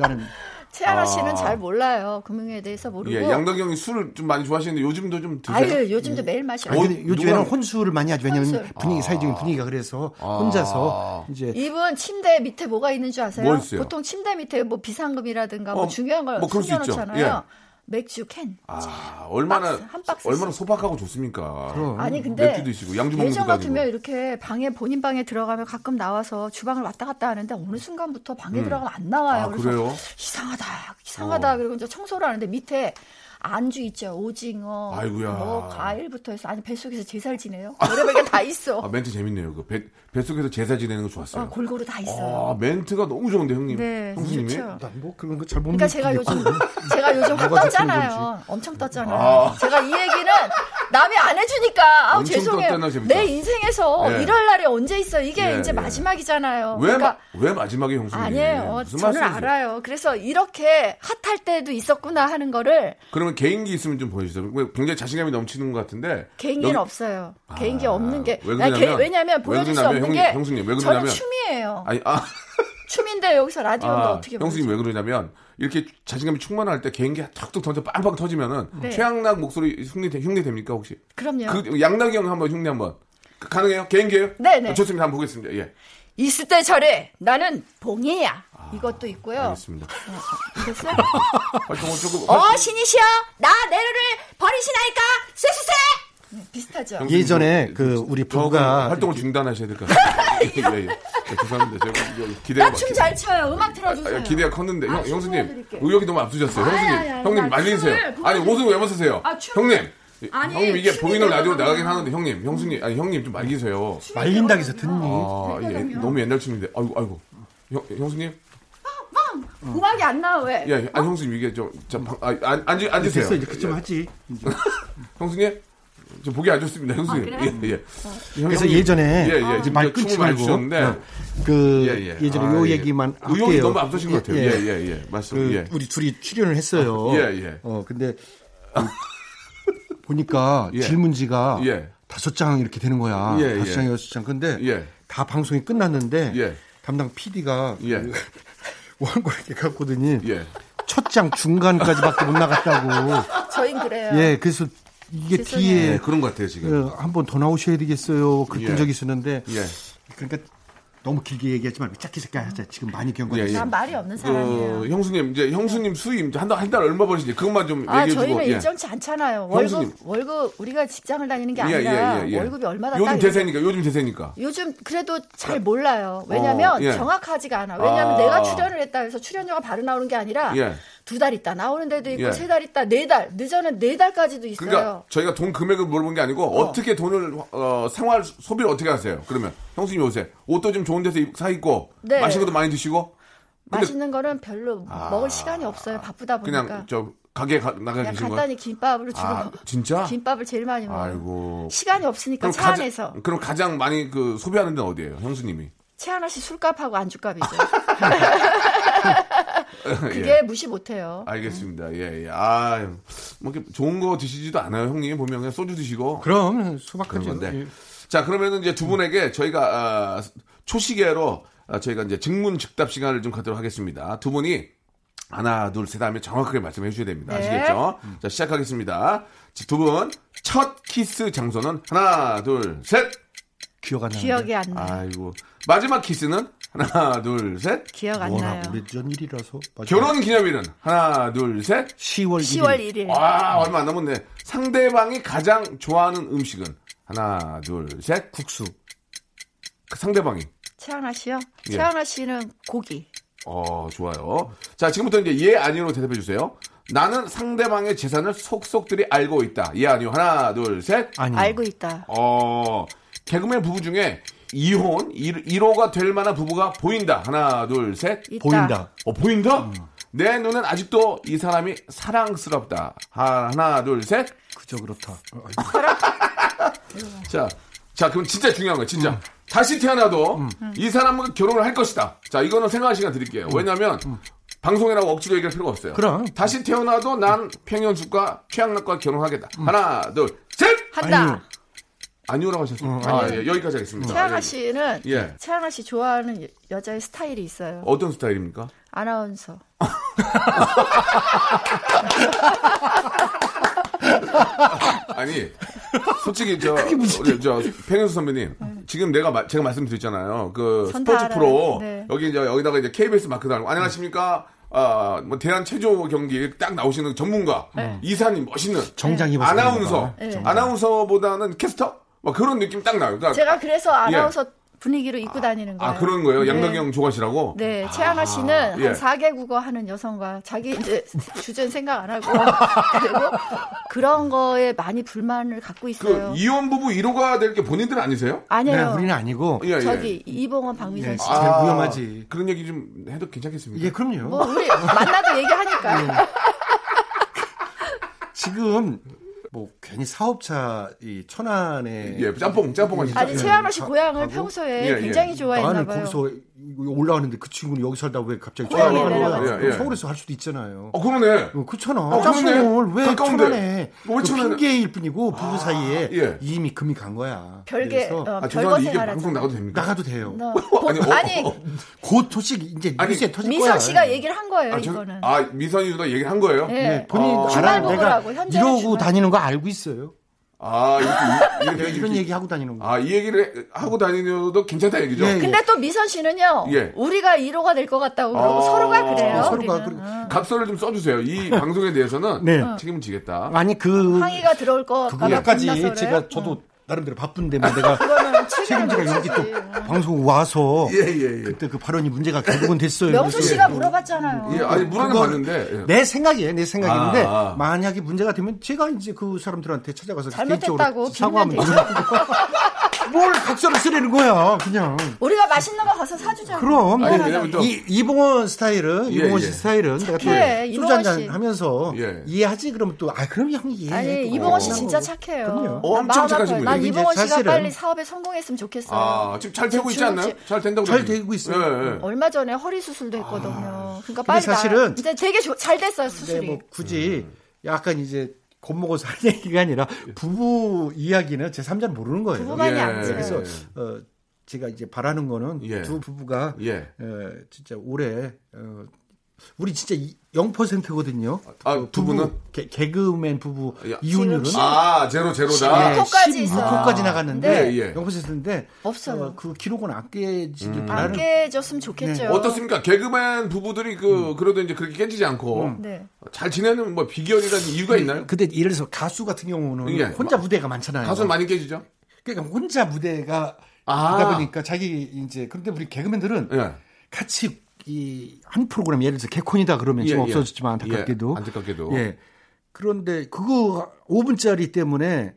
[SPEAKER 10] 나는
[SPEAKER 11] 최하나 씨는 잘 몰라요. 금융에 대해서 모르고.
[SPEAKER 3] 아. 예, 양덕 형이 술을 좀 많이 좋아하시는데 요즘도 좀 드세요.
[SPEAKER 11] 아유, 요즘도 매일 마셔.
[SPEAKER 10] 아니, 근데 요즘에는
[SPEAKER 3] 어, 누구랑-
[SPEAKER 10] 혼수를 많이 하죠. 왜냐면
[SPEAKER 11] 혼술.
[SPEAKER 10] 분위기
[SPEAKER 3] 아.
[SPEAKER 10] 사회적인 분위기가 그래서 혼자서 이제
[SPEAKER 11] 이분 침대 밑에 뭐가 있는지 아세요?
[SPEAKER 3] 뭐 예. 있어요?
[SPEAKER 11] 보통 침대 밑에 뭐 비상금이라든가
[SPEAKER 3] 어,
[SPEAKER 11] 뭐 중요한 걸
[SPEAKER 3] 뭐 그럴 수 있죠. 예.
[SPEAKER 11] 숨겨놓잖아요. 맥주 캔.
[SPEAKER 3] 아, 얼마나
[SPEAKER 11] 박스, 한 박스씩.
[SPEAKER 3] 얼마나 소박하고 좋습니까?
[SPEAKER 10] 그럼.
[SPEAKER 11] 아니 근데
[SPEAKER 3] 맥주도 있고 양주 먹는
[SPEAKER 11] 예전
[SPEAKER 3] 것도 아니고.
[SPEAKER 11] 같으면 이렇게 방에 본인 방에 들어가면 가끔 나와서 주방을 왔다 갔다 하는데 어느 순간부터 방에 들어가면 안
[SPEAKER 3] 음.
[SPEAKER 11] 나와요.
[SPEAKER 3] 아,
[SPEAKER 11] 그래서
[SPEAKER 3] 그래요? 어.
[SPEAKER 11] 이상하다, 이상하다. 그리고 이제 청소를 하는데 밑에 안주 있죠. 오징어,
[SPEAKER 3] 아이고야.
[SPEAKER 11] 뭐 과일부터 해서 아니 뱃속에서 제사를 지내요. 여러분게 다 있어.
[SPEAKER 3] 아, 멘트 재밌네요. 그 배, 뱃속에서 제사 지내는 거 좋았어요.
[SPEAKER 11] 어, 골고루 다 있어요.
[SPEAKER 3] 아, 멘트가 너무 좋은데 형님.
[SPEAKER 11] 네,
[SPEAKER 3] 형수님이?
[SPEAKER 11] 좋죠.
[SPEAKER 10] 뭐 그런 거 잘 못.
[SPEAKER 11] 그러니까 제가 요즘 제가 요즘 확
[SPEAKER 3] 음, 뭐가 좋다는
[SPEAKER 11] 떴잖아요. 엄청 떴잖아요.
[SPEAKER 3] 아.
[SPEAKER 11] 제가 이 얘기는 남이 안 해주니까 아우
[SPEAKER 3] 엄청
[SPEAKER 11] 죄송해요.
[SPEAKER 3] 떴다나 재밌다.
[SPEAKER 11] 내 인생에서
[SPEAKER 3] 예.
[SPEAKER 11] 이럴 날이 언제 있어? 이게
[SPEAKER 3] 예,
[SPEAKER 11] 이제
[SPEAKER 3] 예.
[SPEAKER 11] 마지막이잖아요.
[SPEAKER 3] 왜,
[SPEAKER 11] 그러니까
[SPEAKER 3] 마- 왜 마지막에 형수님?
[SPEAKER 11] 아니에요. 저는 알아요. 그래서 이렇게 핫할 때도 있었구나 하는 거를
[SPEAKER 3] 그러면 개인기 있으면 좀 보여주세요. 굉장히 자신감이 넘치는 것 같은데.
[SPEAKER 11] 개인기는
[SPEAKER 3] 여기-
[SPEAKER 11] 없어요. 개인기 없는 게
[SPEAKER 3] 아, 왜
[SPEAKER 11] 난 개-
[SPEAKER 3] 그러냐면-
[SPEAKER 11] 왜냐하면
[SPEAKER 3] 왜
[SPEAKER 11] 보여줄 수
[SPEAKER 3] 그러냐면
[SPEAKER 11] 없는
[SPEAKER 3] 형님-
[SPEAKER 11] 게
[SPEAKER 3] 형수님, 왜
[SPEAKER 11] 저는
[SPEAKER 3] 그러냐면-
[SPEAKER 11] 춤이에요.
[SPEAKER 3] 아니, 아,
[SPEAKER 11] 춤인데 여기서 라디오는
[SPEAKER 3] 아,
[SPEAKER 11] 어떻게 보여요?
[SPEAKER 3] 형수님 왜 그러냐면 이렇게 자신감이 충만할 때 개인기가 툭툭 던져 빵빵 터지면은
[SPEAKER 11] 네.
[SPEAKER 3] 최양락 목소리 흉내 흉내 됩니까 혹시?
[SPEAKER 11] 그럼요.
[SPEAKER 3] 그 양락이 형 한번 흉내 한번 그- 가능해요? 개인기예요?
[SPEAKER 11] 네네.
[SPEAKER 3] 아, 좋습니다. 한번 보겠습니다. 예.
[SPEAKER 11] 있을 때 저래 나는 봉이야. 이것도 있고요.
[SPEAKER 3] 알겠습니다.
[SPEAKER 11] 됐어?
[SPEAKER 3] 활동을 조금
[SPEAKER 11] 어 신이시여 나 내로를 버리시나이까 쇠쇠쇠 네, 비슷하죠.
[SPEAKER 3] 형수님
[SPEAKER 10] 예전에 그 우리 부부가
[SPEAKER 3] 활동을 중단하셔야 될 것 같아요. 예, 예. 예, 죄송합니다. 제가 이거 기대가
[SPEAKER 11] 나
[SPEAKER 3] 막-
[SPEAKER 11] 아, 춤 잘 춰요. 음악 틀어주세요.
[SPEAKER 3] 아, 기대가 컸는데
[SPEAKER 11] 아,
[SPEAKER 3] 형,
[SPEAKER 11] 춤
[SPEAKER 3] 형수님
[SPEAKER 11] 보여드릴게요.
[SPEAKER 3] 의욕이 너무 앞서셨어요.
[SPEAKER 11] 아니,
[SPEAKER 3] 형수님
[SPEAKER 11] 아니, 아니,
[SPEAKER 3] 형님
[SPEAKER 11] 아니,
[SPEAKER 3] 말리세요.
[SPEAKER 11] 춤을
[SPEAKER 3] 아니 옷을 왜 벗으세요?
[SPEAKER 11] 아, 춤을-
[SPEAKER 3] 형님
[SPEAKER 11] 아니,
[SPEAKER 3] 형님 이게
[SPEAKER 11] 춤이
[SPEAKER 3] 보이는 라디오
[SPEAKER 11] 들어가면-
[SPEAKER 3] 나가긴 하는데 형님 형수님 아니 형님 좀 말리세요.
[SPEAKER 10] 말린다 해서 듣니?
[SPEAKER 3] 아, 예, 너무 옛날 춤인데. 아이고, 아이고. 형, 형수님?
[SPEAKER 11] 음. 음악이 안 나와 왜?
[SPEAKER 3] 예, 예. 아, 형수님, 이게 저, 저 방- 아, 앉, 앉, 앉으세요.
[SPEAKER 10] 됐어 이제 그쯤 하지.
[SPEAKER 3] 형수님? 저 보기 안 좋습니다, 형수님.
[SPEAKER 11] 아, 그래요?
[SPEAKER 3] 예, 예. 형,
[SPEAKER 10] 그래서
[SPEAKER 3] 형님.
[SPEAKER 10] 예전에
[SPEAKER 3] 예, 예.
[SPEAKER 10] 이제
[SPEAKER 3] 춤을
[SPEAKER 10] 말 끊지
[SPEAKER 3] 많이
[SPEAKER 10] 말고
[SPEAKER 3] 추셨는데.
[SPEAKER 10] 어, 그
[SPEAKER 3] 예, 예.
[SPEAKER 10] 예. 전에
[SPEAKER 3] 아,
[SPEAKER 10] 요
[SPEAKER 3] 예.
[SPEAKER 10] 얘기만
[SPEAKER 3] 의욕이
[SPEAKER 10] 할게요.
[SPEAKER 3] 너무 앞서신 것 같아요. 예, 예, 예. 맞습니다.
[SPEAKER 10] 그
[SPEAKER 3] 예.
[SPEAKER 10] 우리 둘이 출연을 했어요.
[SPEAKER 3] 예, 예.
[SPEAKER 10] 어 근데 그 보니까
[SPEAKER 3] 예.
[SPEAKER 10] 질문지가
[SPEAKER 3] 예.
[SPEAKER 10] 다섯 장 이렇게 되는 거야.
[SPEAKER 3] 예,
[SPEAKER 10] 다섯
[SPEAKER 3] 예.
[SPEAKER 10] 장 여섯 장. 근데
[SPEAKER 3] 예.
[SPEAKER 10] 다 방송이 끝났는데
[SPEAKER 3] 예.
[SPEAKER 10] 담당 PD가
[SPEAKER 3] 예.
[SPEAKER 10] 원고 이렇게 갔거든요.
[SPEAKER 3] 예.
[SPEAKER 10] 첫 장 중간까지밖에 못 나갔다고.
[SPEAKER 11] 저희 그래요.
[SPEAKER 10] 예, 그래서 이게
[SPEAKER 11] 죄송해요.
[SPEAKER 10] 뒤에
[SPEAKER 3] 예, 그런 것 같아요, 지금.
[SPEAKER 10] 한 번 더 나오셔야 되겠어요. 그랬던
[SPEAKER 3] 예.
[SPEAKER 10] 적이 있었는데
[SPEAKER 3] 예.
[SPEAKER 10] 그러니까 너무 길게 얘기하지 말고 짧게 짧게 하자. 지금 많이 경과했어요.
[SPEAKER 3] 예, 예.
[SPEAKER 11] 난 말이 없는 사람이에요.
[SPEAKER 3] 그, 형수님, 이제 형수님 수임, 한 달, 한 달 얼마 버시지? 그것만 좀
[SPEAKER 11] 아
[SPEAKER 3] 얘기해주고.
[SPEAKER 11] 저희는
[SPEAKER 3] 예.
[SPEAKER 11] 일정치 않잖아요.
[SPEAKER 3] 형수님.
[SPEAKER 11] 월급 월급 우리가 직장을 다니는 게
[SPEAKER 3] 예,
[SPEAKER 11] 아니라
[SPEAKER 3] 예, 예, 예.
[SPEAKER 11] 월급이 얼마나 딱
[SPEAKER 3] 요즘
[SPEAKER 11] 이렇게-
[SPEAKER 3] 대세니까, 요즘 대세니까.
[SPEAKER 11] 요즘 그래도 잘 몰라요. 왜냐면
[SPEAKER 3] 어, 예.
[SPEAKER 11] 정확하지가 않아. 왜냐면
[SPEAKER 3] 아.
[SPEAKER 11] 내가 출연을 했다 해서 출연료가 바로 나오는 게 아니라
[SPEAKER 3] 예.
[SPEAKER 11] 두 달 있다 나오는 데도 있고
[SPEAKER 3] 예.
[SPEAKER 11] 세 달 있다 네 달 늦어는 네 달까지도 있어요.
[SPEAKER 3] 그러니까 저희가 돈 금액을 물어본 게 아니고 어. 떻게 돈을 어, 생활 소비를 어떻게 하세요? 그러면 형수님 요새 옷도 좀 좋은 데서 입- 사 입고
[SPEAKER 11] 네.
[SPEAKER 3] 맛있는 것도 많이 드시고 근데- 아,
[SPEAKER 11] 맛있는 거는 별로 먹을 시간이 없어요. 바쁘다 보니까
[SPEAKER 3] 그냥
[SPEAKER 11] 그냥,
[SPEAKER 3] 저 가게 가, 나가 계신 거예요?
[SPEAKER 11] 간단히 김밥으로 주로
[SPEAKER 3] 아 진짜?
[SPEAKER 11] 김밥을 제일 많이 먹어요.
[SPEAKER 3] 아이고.
[SPEAKER 11] 시간이 없으니까 차
[SPEAKER 3] 가장,
[SPEAKER 11] 안에서
[SPEAKER 3] 그럼 가장 많이 그 소비하는 데는 어디예요, 형수님이?
[SPEAKER 11] 채 하나씩 술값하고 안주값이죠. 그게
[SPEAKER 3] 아, 예.
[SPEAKER 11] 무시 못해요.
[SPEAKER 3] 알겠습니다. 예, 예. 아, 뭐 이렇게 좋은 거 드시지도 않아요, 형님. 보면 그냥 소주
[SPEAKER 11] 어,
[SPEAKER 3] 드시고.
[SPEAKER 11] 그렇죠.
[SPEAKER 10] 그럼
[SPEAKER 3] 그런
[SPEAKER 10] 소박하지.
[SPEAKER 3] 건데.
[SPEAKER 10] 예.
[SPEAKER 3] 자, 그러면은 이제 두 분에게 저희가 아, 초시계로 아, 저희가 이제 증문 즉답 시간을 좀 갖도록 하겠습니다. 두 분이 하나, 둘, 셋 하면 정확하게 말씀해 주셔야 됩니다.
[SPEAKER 11] 네.
[SPEAKER 3] 아시겠죠? 자, 시작하겠습니다. 두 분 첫 키스 장소는 하나, 둘, 셋.
[SPEAKER 10] 기억 안 나.
[SPEAKER 11] 기억이 안 나.
[SPEAKER 3] 아이고. 마지막 키스는 하나, 둘, 셋.
[SPEAKER 11] 기억 안
[SPEAKER 10] 워낙
[SPEAKER 11] 나요.
[SPEAKER 10] 오래전 일이라서 맞아.
[SPEAKER 3] 결혼 기념일은 하나, 둘, 셋.
[SPEAKER 10] 10월
[SPEAKER 11] 10월
[SPEAKER 10] 1일.
[SPEAKER 11] 1일.
[SPEAKER 3] 와, 얼마 안 남았네. 상대방이 가장 좋아하는 음식은 하나, 둘, 셋.
[SPEAKER 10] 국수.
[SPEAKER 3] 그 상대방이
[SPEAKER 11] 최하나 씨요?
[SPEAKER 3] 예.
[SPEAKER 11] 최하나 씨는 고기.
[SPEAKER 3] 어, 좋아요. 자, 지금부터 이제 예, 아니요로 대답해 주세요. 나는 상대방의 재산을 속속들이 알고 있다. 예, 아니요. 하나, 둘, 셋.
[SPEAKER 10] 아니.
[SPEAKER 11] 알고 있다.
[SPEAKER 3] 어, 개그맨 부부 중에 이혼, 1호가 될 만한 부부가 보인다. 하나, 둘, 셋.
[SPEAKER 11] 있다.
[SPEAKER 10] 보인다.
[SPEAKER 3] 어, 보인다?
[SPEAKER 10] 음.
[SPEAKER 3] 내 눈엔 아직도 이 사람이 사랑스럽다. 하, 하나, 둘, 셋.
[SPEAKER 10] 그저 그렇다. 어, 아이고.
[SPEAKER 3] 자, 자, 그럼 진짜 중요한 거야,
[SPEAKER 10] 음.
[SPEAKER 3] 진짜. 다시 태어나도 이 사람은 결혼을 할 것이다. 자, 이거는 생각할 시간 드릴게요. 왜냐면, 방송이라고 억지로 얘기할 필요가 없어요.
[SPEAKER 10] 음. 그럼.
[SPEAKER 3] 다시 태어나도 난 평현숙과 최양락과 결혼하겠다.
[SPEAKER 10] 음.
[SPEAKER 3] 하나, 둘, 셋!
[SPEAKER 11] 한다.
[SPEAKER 3] 아니오라고 하셨어요.
[SPEAKER 10] 음.
[SPEAKER 3] 아, 예, 여기까지 하겠습니다.
[SPEAKER 11] 최하나
[SPEAKER 3] 예.
[SPEAKER 11] 씨는
[SPEAKER 3] 예.
[SPEAKER 11] 최하나 씨 좋아하는 여- 여자의 스타일이 있어요.
[SPEAKER 3] 어떤 스타일입니까?
[SPEAKER 11] 아나운서.
[SPEAKER 3] 아니, 솔직히 저, 우리 저, 팽현수 선배님, 지금 내가, 마- 제가 말씀드렸잖아요. 그,
[SPEAKER 11] 네. 전다
[SPEAKER 3] 스포츠
[SPEAKER 11] 알아요.
[SPEAKER 3] 프로,
[SPEAKER 11] 네.
[SPEAKER 3] 여기 이제, 여기다가 이제 KBS 마크 달고, 안녕하십니까? 아, 뭐, 대한 체조 경기 딱 나오시는 전문가,
[SPEAKER 11] 네.
[SPEAKER 3] 이사님 멋있는,
[SPEAKER 10] 정장 입어서
[SPEAKER 3] 아나운서,
[SPEAKER 10] 그런가
[SPEAKER 11] 봐. 네.
[SPEAKER 3] 아나운서보다는 캐스터? 막 그런 느낌 딱 나요. 그러니까
[SPEAKER 11] 제가 그래서 아나운서 분위기로 입고 다니는 거예요.
[SPEAKER 3] 아, 그런 거예요?
[SPEAKER 11] 네.
[SPEAKER 3] 양덕영 조가 씨라고?
[SPEAKER 11] 네, 최양아 씨는
[SPEAKER 3] 예.
[SPEAKER 11] 한 4개 국어 하는 여성과 자기 이제 주제는 생각 안 하고 그리고 그런 거에 많이 불만을 갖고
[SPEAKER 3] 그
[SPEAKER 11] 있어요.
[SPEAKER 3] 이혼 부부 1호가 될 게 본인들 아니세요?
[SPEAKER 11] 아니에요. 네, 우리는
[SPEAKER 10] 아니고. 네.
[SPEAKER 3] 예, 예.
[SPEAKER 11] 저기 이봉원 박미선 씨.
[SPEAKER 10] 제일 위험하지.
[SPEAKER 3] 그런 얘기 좀 해도 괜찮겠습니까?
[SPEAKER 10] 아. 예, 그럼요.
[SPEAKER 11] 뭐 우리 만나도 얘기하니까.
[SPEAKER 10] 지금 뭐 괜히 사업차 이 천안에
[SPEAKER 3] 예, 짬뽕, 짬뽕 하시죠.
[SPEAKER 11] 아니 최양아 씨 고향을 평소에
[SPEAKER 10] 예, 예.
[SPEAKER 11] 굉장히 좋아했나
[SPEAKER 10] 나는
[SPEAKER 11] 봐요.
[SPEAKER 10] 거기서 올라왔는데 그 친구는 여기 살다 왜 갑자기
[SPEAKER 11] 고향에
[SPEAKER 10] 천안으로
[SPEAKER 11] 내려가서.
[SPEAKER 10] 올라가요?
[SPEAKER 11] 예, 예.
[SPEAKER 10] 서울에서 할 수도 있잖아요.
[SPEAKER 3] 어, 그러네.
[SPEAKER 10] 뭐 그렇잖아. 뭐
[SPEAKER 3] 어, 그러네.
[SPEAKER 10] 짬뽕을 왜
[SPEAKER 3] 가까운데.
[SPEAKER 10] 천안에? 아,
[SPEAKER 3] 왜
[SPEAKER 10] 그
[SPEAKER 3] 천안에?
[SPEAKER 10] 핑계일 뿐이고 부부 사이에
[SPEAKER 3] 예.
[SPEAKER 10] 이미 금이 간 거야.
[SPEAKER 11] 별개,
[SPEAKER 10] 그래서-
[SPEAKER 11] 어, 아, 죄송한데 이게 별거 생활하지.
[SPEAKER 3] 방송 나가도 됩니까?
[SPEAKER 10] 나가도 돼요.
[SPEAKER 11] 너-
[SPEAKER 3] 아니, 어,
[SPEAKER 11] 아니,
[SPEAKER 10] 곧 조식 이제
[SPEAKER 3] 아니,
[SPEAKER 10] 뉴스에 터질 거야.
[SPEAKER 11] 미선 씨가 얘기를 한 거예요
[SPEAKER 3] 아, 저-
[SPEAKER 11] 이거는.
[SPEAKER 3] 아, 미선이 누나 얘기를 한 거예요?
[SPEAKER 11] 네. 네,
[SPEAKER 10] 네. 본인
[SPEAKER 3] 아,
[SPEAKER 10] 알아.
[SPEAKER 11] 주말
[SPEAKER 10] 내가
[SPEAKER 11] 보고라고, 현재는
[SPEAKER 10] 이러고
[SPEAKER 11] 주말.
[SPEAKER 10] 다니는 거 알고 있어요.
[SPEAKER 3] 아, 이렇게, 이-
[SPEAKER 10] 내가
[SPEAKER 3] 이렇게,
[SPEAKER 10] 이런
[SPEAKER 3] 이렇게-
[SPEAKER 10] 얘기 하고 다니는 거.
[SPEAKER 3] 아, 이 얘기를 하고 다니도 괜찮다 얘기죠?
[SPEAKER 10] 네.
[SPEAKER 11] 근데 또 미선 씨는요,
[SPEAKER 3] 예.
[SPEAKER 11] 우리가 1호가 될 것 같다고 그러고
[SPEAKER 3] 아,
[SPEAKER 11] 서로가 그래요.
[SPEAKER 10] 어, 서로가
[SPEAKER 11] 우리는. 응.
[SPEAKER 3] 각서를 좀 써주세요. 이 방송에 대해서는
[SPEAKER 10] 네.
[SPEAKER 3] 책임을 지겠다.
[SPEAKER 10] 아니 그
[SPEAKER 11] 항의가 들어올 것 어. 같아서 어.
[SPEAKER 10] 그거까지 제가 저도 나름대로 바쁜데 뭐 내가
[SPEAKER 11] 그거는 책임을
[SPEAKER 10] 책임자가 여기 또 방송 와서
[SPEAKER 3] 예,
[SPEAKER 10] 그때 그 발언이 문제가 결국은 됐어요.
[SPEAKER 11] 명수
[SPEAKER 10] 그래서
[SPEAKER 11] 씨가 물어봤잖아요.
[SPEAKER 3] 예, 아니, 물어는
[SPEAKER 10] 그건
[SPEAKER 3] 봤는데. 예.
[SPEAKER 10] 내 생각이에요, 내 생각인데
[SPEAKER 3] 아, 아.
[SPEAKER 10] 만약에 문제가 되면 제가 이제 그 사람들한테 찾아가서
[SPEAKER 11] 잘못했다고
[SPEAKER 10] 개인적으로
[SPEAKER 11] 빌면
[SPEAKER 10] 사과하면
[SPEAKER 11] 되죠.
[SPEAKER 10] 되죠. 뭘 각서를 쓰라는 거야, 그냥.
[SPEAKER 11] 우리가 맛있는 거 가서 사주자고.
[SPEAKER 10] 그럼
[SPEAKER 3] 아니,
[SPEAKER 10] 내가
[SPEAKER 3] 왜냐면 좀-
[SPEAKER 10] 이 이봉원 스타일은
[SPEAKER 3] 예,
[SPEAKER 10] 이봉원
[SPEAKER 3] 예.
[SPEAKER 10] 씨 스타일은 내가 또
[SPEAKER 11] 착해,
[SPEAKER 10] 소주
[SPEAKER 11] 이봉원
[SPEAKER 10] 한잔
[SPEAKER 11] 씨.
[SPEAKER 10] 하면서
[SPEAKER 3] 예.
[SPEAKER 10] 이해하지 그러면 또 아 그럼 형 이해. 뭐
[SPEAKER 11] 아니 이봉원 씨 진짜 착해요.
[SPEAKER 10] 그럼요.
[SPEAKER 11] 난
[SPEAKER 3] 엄청
[SPEAKER 11] 마음
[SPEAKER 3] 착하신
[SPEAKER 11] 아파요.
[SPEAKER 3] 분이에요.
[SPEAKER 11] 난
[SPEAKER 10] 이제
[SPEAKER 11] 이봉원 씨가
[SPEAKER 10] 사실은-
[SPEAKER 11] 빨리 사업에 성공했으면 좋겠어요.
[SPEAKER 3] 아, 지금 잘 되고 있지
[SPEAKER 11] 지금
[SPEAKER 3] 않나요?
[SPEAKER 11] 지금
[SPEAKER 3] 잘 된다고
[SPEAKER 10] 잘
[SPEAKER 3] 그러는데.
[SPEAKER 10] 되고 있어요. 뭐,
[SPEAKER 3] 예, 예.
[SPEAKER 11] 얼마 전에 허리 수술도 했거든요. 그러니까 빨리
[SPEAKER 10] 사실은-
[SPEAKER 11] 나. 이제 되게 조- 잘 됐어요
[SPEAKER 10] 근데
[SPEAKER 11] 수술이.
[SPEAKER 10] 뭐
[SPEAKER 3] 음.
[SPEAKER 10] 굳이 약간 이제 겁먹어서 할 얘기가 아니라 부부 이야기는 제 3자는 모르는 거예요.
[SPEAKER 11] 부부만이
[SPEAKER 3] 예.
[SPEAKER 11] 안 지금.
[SPEAKER 10] 그래서 어, 제가 이제 바라는 거는
[SPEAKER 3] 예.
[SPEAKER 10] 두 부부가
[SPEAKER 3] 예.
[SPEAKER 10] 어, 진짜 올해 어, 우리 진짜 이- 0%거든요. 그
[SPEAKER 3] 아, 두 분은?
[SPEAKER 10] 개, 개그맨 부부
[SPEAKER 3] 야.
[SPEAKER 10] 이혼율은
[SPEAKER 3] 아, 제로, 제로다.
[SPEAKER 11] 예. 16호까지 있어요. 네.
[SPEAKER 10] 16호까지 나갔는데
[SPEAKER 3] 예, 예.
[SPEAKER 10] 0%인데
[SPEAKER 11] 없어요.
[SPEAKER 10] 그 기록은 안 깨지길
[SPEAKER 3] 음.
[SPEAKER 11] 안
[SPEAKER 10] 바라는
[SPEAKER 11] 깨졌으면
[SPEAKER 10] 네.
[SPEAKER 11] 좋겠죠.
[SPEAKER 3] 네, 어떻습니까? 개그맨 부부들이
[SPEAKER 10] 음.
[SPEAKER 3] 그, 그래도 이제 그렇게 깨지지 않고.
[SPEAKER 11] 네.
[SPEAKER 3] 잘 지내는 뭐 비결이라는
[SPEAKER 10] 음.
[SPEAKER 3] 이유가 있나요?
[SPEAKER 10] 근데 예를 들어서 가수 같은 경우는
[SPEAKER 3] 예.
[SPEAKER 10] 혼자 무대가 그, 많잖아요.
[SPEAKER 3] 가수는 많이 깨지죠?
[SPEAKER 10] 그러니까 혼자 무대가
[SPEAKER 3] 아.
[SPEAKER 10] 있다 보니까 자기 이제 그런데 우리 개그맨들은
[SPEAKER 3] 예.
[SPEAKER 10] 같이 이 한 프로그램 예를 들어서 개콘이다 그러면
[SPEAKER 3] 예,
[SPEAKER 10] 지금
[SPEAKER 3] 예.
[SPEAKER 10] 없어졌지만 안타깝게도
[SPEAKER 3] 예, 안타깝게도.
[SPEAKER 10] 예. 그런데 그거 5분짜리 때문에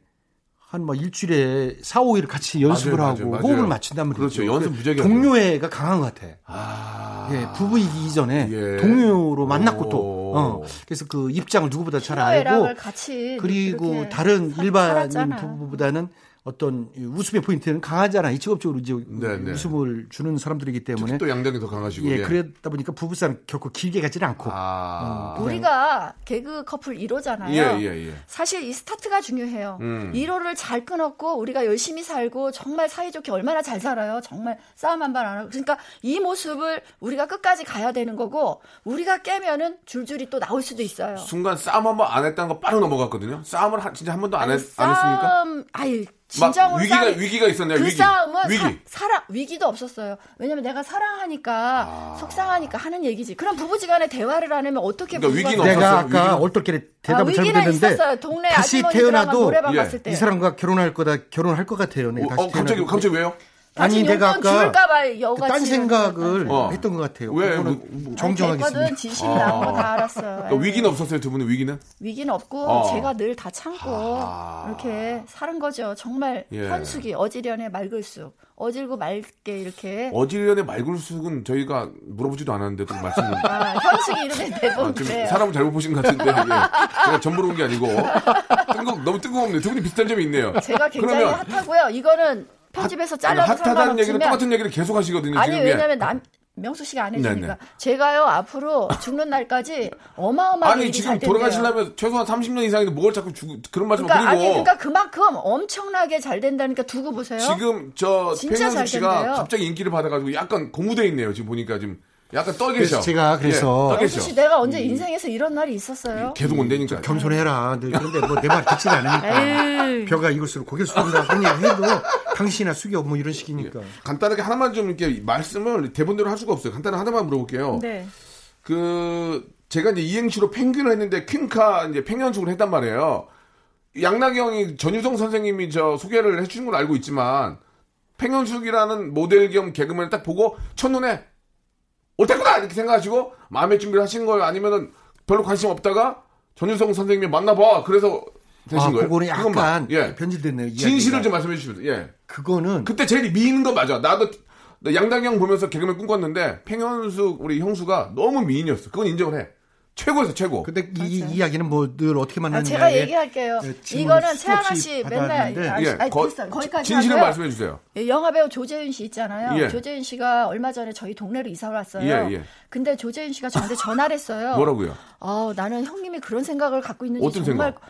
[SPEAKER 10] 한 막 일주일에 4, 5일 같이 연습을
[SPEAKER 3] 맞아요,
[SPEAKER 10] 하고
[SPEAKER 3] 맞아요,
[SPEAKER 10] 호흡을
[SPEAKER 3] 맞아요.
[SPEAKER 10] 맞춘단 말이죠.
[SPEAKER 3] 그렇죠. 연습 무지하게
[SPEAKER 10] 동료애가 강한 것 같아.
[SPEAKER 3] 아.
[SPEAKER 10] 예, 부부이기 이전에
[SPEAKER 3] 예.
[SPEAKER 10] 동료로 만났고
[SPEAKER 3] 오.
[SPEAKER 10] 또 어. 그래서 그 입장을 누구보다 잘
[SPEAKER 11] 애랑을
[SPEAKER 10] 알고
[SPEAKER 11] 같이
[SPEAKER 10] 그리고
[SPEAKER 11] 이렇게
[SPEAKER 10] 다른
[SPEAKER 11] 사-
[SPEAKER 10] 일반
[SPEAKER 11] 살았잖아.
[SPEAKER 10] 부부보다는 어떤 이 웃음의 포인트는 강하잖아. 이체업적으로 이제
[SPEAKER 3] 네, 네.
[SPEAKER 10] 웃음을 주는 사람들이기 때문에
[SPEAKER 3] 또 양장이 더 강하시고.
[SPEAKER 10] 예, 그러다 보니까 부부싸움 결코 길게 가지는 않고 어,
[SPEAKER 3] 아.
[SPEAKER 11] 우리가 개그 커플 1호잖아요.
[SPEAKER 3] 예, 예, 예.
[SPEAKER 11] 사실 이 스타트가 중요해요.
[SPEAKER 3] 음.
[SPEAKER 11] 1호를 잘 끊었고 우리가 열심히 살고 정말 사이좋게 얼마나 잘 살아요. 정말 싸움 한 번 안 하고. 그러니까 이 모습을 우리가 끝까지 가야 되는 거고 우리가 깨면은 줄줄이 또 나올 수도 있어요.
[SPEAKER 3] 순간 싸움 한 번 안 했다는 거 빠르게 넘어갔거든요. 싸움을 한- 진짜 한 번도 안, 했, 안 했습니까?
[SPEAKER 11] 그 싸움, 아유,
[SPEAKER 3] 막
[SPEAKER 11] 진정으로
[SPEAKER 3] 위기가
[SPEAKER 11] 싸움-
[SPEAKER 3] 위기가 있었나요?
[SPEAKER 11] 그
[SPEAKER 3] 위기.
[SPEAKER 11] 싸움은
[SPEAKER 3] 위기.
[SPEAKER 11] 사, 랑 위기도 없었어요. 왜냐면 내가 사랑하니까
[SPEAKER 3] 아.
[SPEAKER 11] 속상하니까 하는 얘기기지. 그럼 부부지간에 대화를 안 하면 어떻게
[SPEAKER 3] 그러니까
[SPEAKER 11] 부부가-
[SPEAKER 3] 위기는 없었어요.
[SPEAKER 10] 내가 아까
[SPEAKER 3] 위기는-
[SPEAKER 10] 얼떨결에
[SPEAKER 11] 아,
[SPEAKER 10] 대답을
[SPEAKER 11] 위기는
[SPEAKER 10] 잘못했는데
[SPEAKER 11] 있었어요. 동네
[SPEAKER 10] 다시
[SPEAKER 11] 아주머니
[SPEAKER 10] 태어나도
[SPEAKER 11] 드라마 노래방
[SPEAKER 3] 예.
[SPEAKER 11] 갔을 때.
[SPEAKER 10] 이 사람과 결혼할 네, 거다 결혼할 것 같아요. 내가
[SPEAKER 3] 어, 어, 갑자기
[SPEAKER 10] 태어나도.
[SPEAKER 3] 갑자기 왜요?
[SPEAKER 10] 아니
[SPEAKER 11] 다시
[SPEAKER 10] 내가
[SPEAKER 11] 용돈 줄까 봐
[SPEAKER 10] 아까 그
[SPEAKER 11] 여우가
[SPEAKER 10] 딴
[SPEAKER 11] 지금
[SPEAKER 10] 생각을
[SPEAKER 3] 어.
[SPEAKER 10] 했던 것 같아요.
[SPEAKER 3] 왜?
[SPEAKER 10] 그거는
[SPEAKER 3] 뭐-
[SPEAKER 11] 됐거든.
[SPEAKER 10] 정정하겠습니다.
[SPEAKER 11] 진심 나온 거 다 알았어요.
[SPEAKER 3] 아.
[SPEAKER 11] 예.
[SPEAKER 3] 그러니까 위기는 없었어요. 두 분은 위기는?
[SPEAKER 11] 위기는 없고
[SPEAKER 3] 어.
[SPEAKER 11] 제가 늘 다 참고 이렇게 사는 거죠. 정말
[SPEAKER 3] 아. 예.
[SPEAKER 11] 현숙이 어지련해 맑을수 어질고 맑게 이렇게
[SPEAKER 3] 어지련의 말굴숙은 저희가 물어보지도 않았는데도 말씀을
[SPEAKER 11] 아, 현숙이 이름이
[SPEAKER 3] 아, 지금
[SPEAKER 11] 대본인데
[SPEAKER 3] 사람을 잘못 보신 것 같은데 예. 제가 전부 그런 게 아니고 뜬금, 너무 뜬금없네요. 두 분이 비슷한 점이 있네요.
[SPEAKER 11] 제가 굉장히
[SPEAKER 3] 그러면
[SPEAKER 11] 핫하고요. 이거는 편집에서 잘라도
[SPEAKER 3] 핫하다는 얘기는
[SPEAKER 11] 상관없지만
[SPEAKER 3] 똑같은 얘기를 계속 하시거든요.
[SPEAKER 11] 아니
[SPEAKER 3] 지금 예.
[SPEAKER 11] 왜냐면 남 명수 씨가 안 해주니까
[SPEAKER 3] 네네.
[SPEAKER 11] 제가요 앞으로 죽는 날까지 어마어마하게
[SPEAKER 3] 아니
[SPEAKER 11] 일이
[SPEAKER 3] 지금
[SPEAKER 11] 잘 된대요.
[SPEAKER 3] 돌아가시려면 최소한 30년 이상인데 뭘 자꾸 주, 그런 말씀을
[SPEAKER 11] 그러니까 아니
[SPEAKER 3] 드리고
[SPEAKER 11] 그러니까 그만큼 엄청나게 잘 된다니까 두고 보세요.
[SPEAKER 3] 지금 저
[SPEAKER 11] 진짜
[SPEAKER 3] 팽현숙
[SPEAKER 11] 잘
[SPEAKER 3] 씨가
[SPEAKER 11] 된대요.
[SPEAKER 3] 갑자기 인기를 받아가지고 약간 고무돼 있네요. 지금 보니까 지금 약간 떠 계셔.
[SPEAKER 10] 그래서 제가 그래서
[SPEAKER 3] 예, 떠
[SPEAKER 11] 명수 씨
[SPEAKER 3] 계셔.
[SPEAKER 11] 내가 언제 인생에서 이런 날이 있었어요?
[SPEAKER 3] 계속 온다니까.
[SPEAKER 10] 겸손해라. 늘 그런데 뭐 내 말 듣지 않으니까
[SPEAKER 11] 에이.
[SPEAKER 10] 벼가 이을수록 고개 숙인다. 그냥 해도 당신이나 숙여 뭐 이런 식이니까.
[SPEAKER 3] 예. 간단하게 하나만 좀 이렇게 말씀을 대본대로 할 수가 없어요. 간단한 하나만 물어볼게요.
[SPEAKER 11] 네.
[SPEAKER 3] 그 제가 이제 이행시로 펭귄을 했는데 퀸카 이제 팽현숙을 했단 말이에요. 양락이 형이 전유성 선생님이 저 소개를 해주신 걸 알고 있지만 팽현숙이라는 모델 겸 개그맨을 딱 보고 첫눈에 어땠구나 이렇게 생각하시고 마음의 준비를 하신 거예요? 아니면은 별로 관심 없다가 전유성 선생님이 만나봐 그래서 되신
[SPEAKER 10] 아,
[SPEAKER 3] 거예요?
[SPEAKER 10] 그거는 약간
[SPEAKER 3] 그것만. 예.
[SPEAKER 10] 편집됐네요. 이야기가.
[SPEAKER 3] 진실을 좀 말씀해 주시면 예.
[SPEAKER 10] 그거는
[SPEAKER 3] 그때 제일 미인 거 맞아. 나도 나 양당형 보면서 개그맨 꿈꿨는데 팽현숙 우리 형수가 너무 미인이었어. 그건 인정을 해. 최고였어 최고.
[SPEAKER 11] 그
[SPEAKER 10] 근데 이, 이 이야기는 뭐 늘 어떻게
[SPEAKER 11] 아,
[SPEAKER 10] 만났느냐
[SPEAKER 11] 제가 얘기할게요.
[SPEAKER 3] 네,
[SPEAKER 10] 예, 질문을
[SPEAKER 11] 이거는
[SPEAKER 10] 수없이
[SPEAKER 11] 최하나 씨 맨날
[SPEAKER 10] 받아왔는데.
[SPEAKER 11] 아,
[SPEAKER 3] 예,
[SPEAKER 11] 아니,
[SPEAKER 3] 거-
[SPEAKER 11] 됐어요. 거기까지
[SPEAKER 3] 진실을
[SPEAKER 11] 하고요.
[SPEAKER 3] 말씀해 주세요.
[SPEAKER 11] 예, 영화배우 조재윤 씨 있잖아요.
[SPEAKER 3] 예.
[SPEAKER 11] 조재윤 씨가 얼마 전에 저희 동네로 이사 왔어요.
[SPEAKER 3] 예, 예.
[SPEAKER 11] 근데 조재윤 씨가 저한테 전화를 했어요.
[SPEAKER 3] 뭐라고요?
[SPEAKER 11] 어, 나는 형님이 그런 생각을 갖고 있는지
[SPEAKER 3] 어떤
[SPEAKER 11] 정말
[SPEAKER 3] 생각?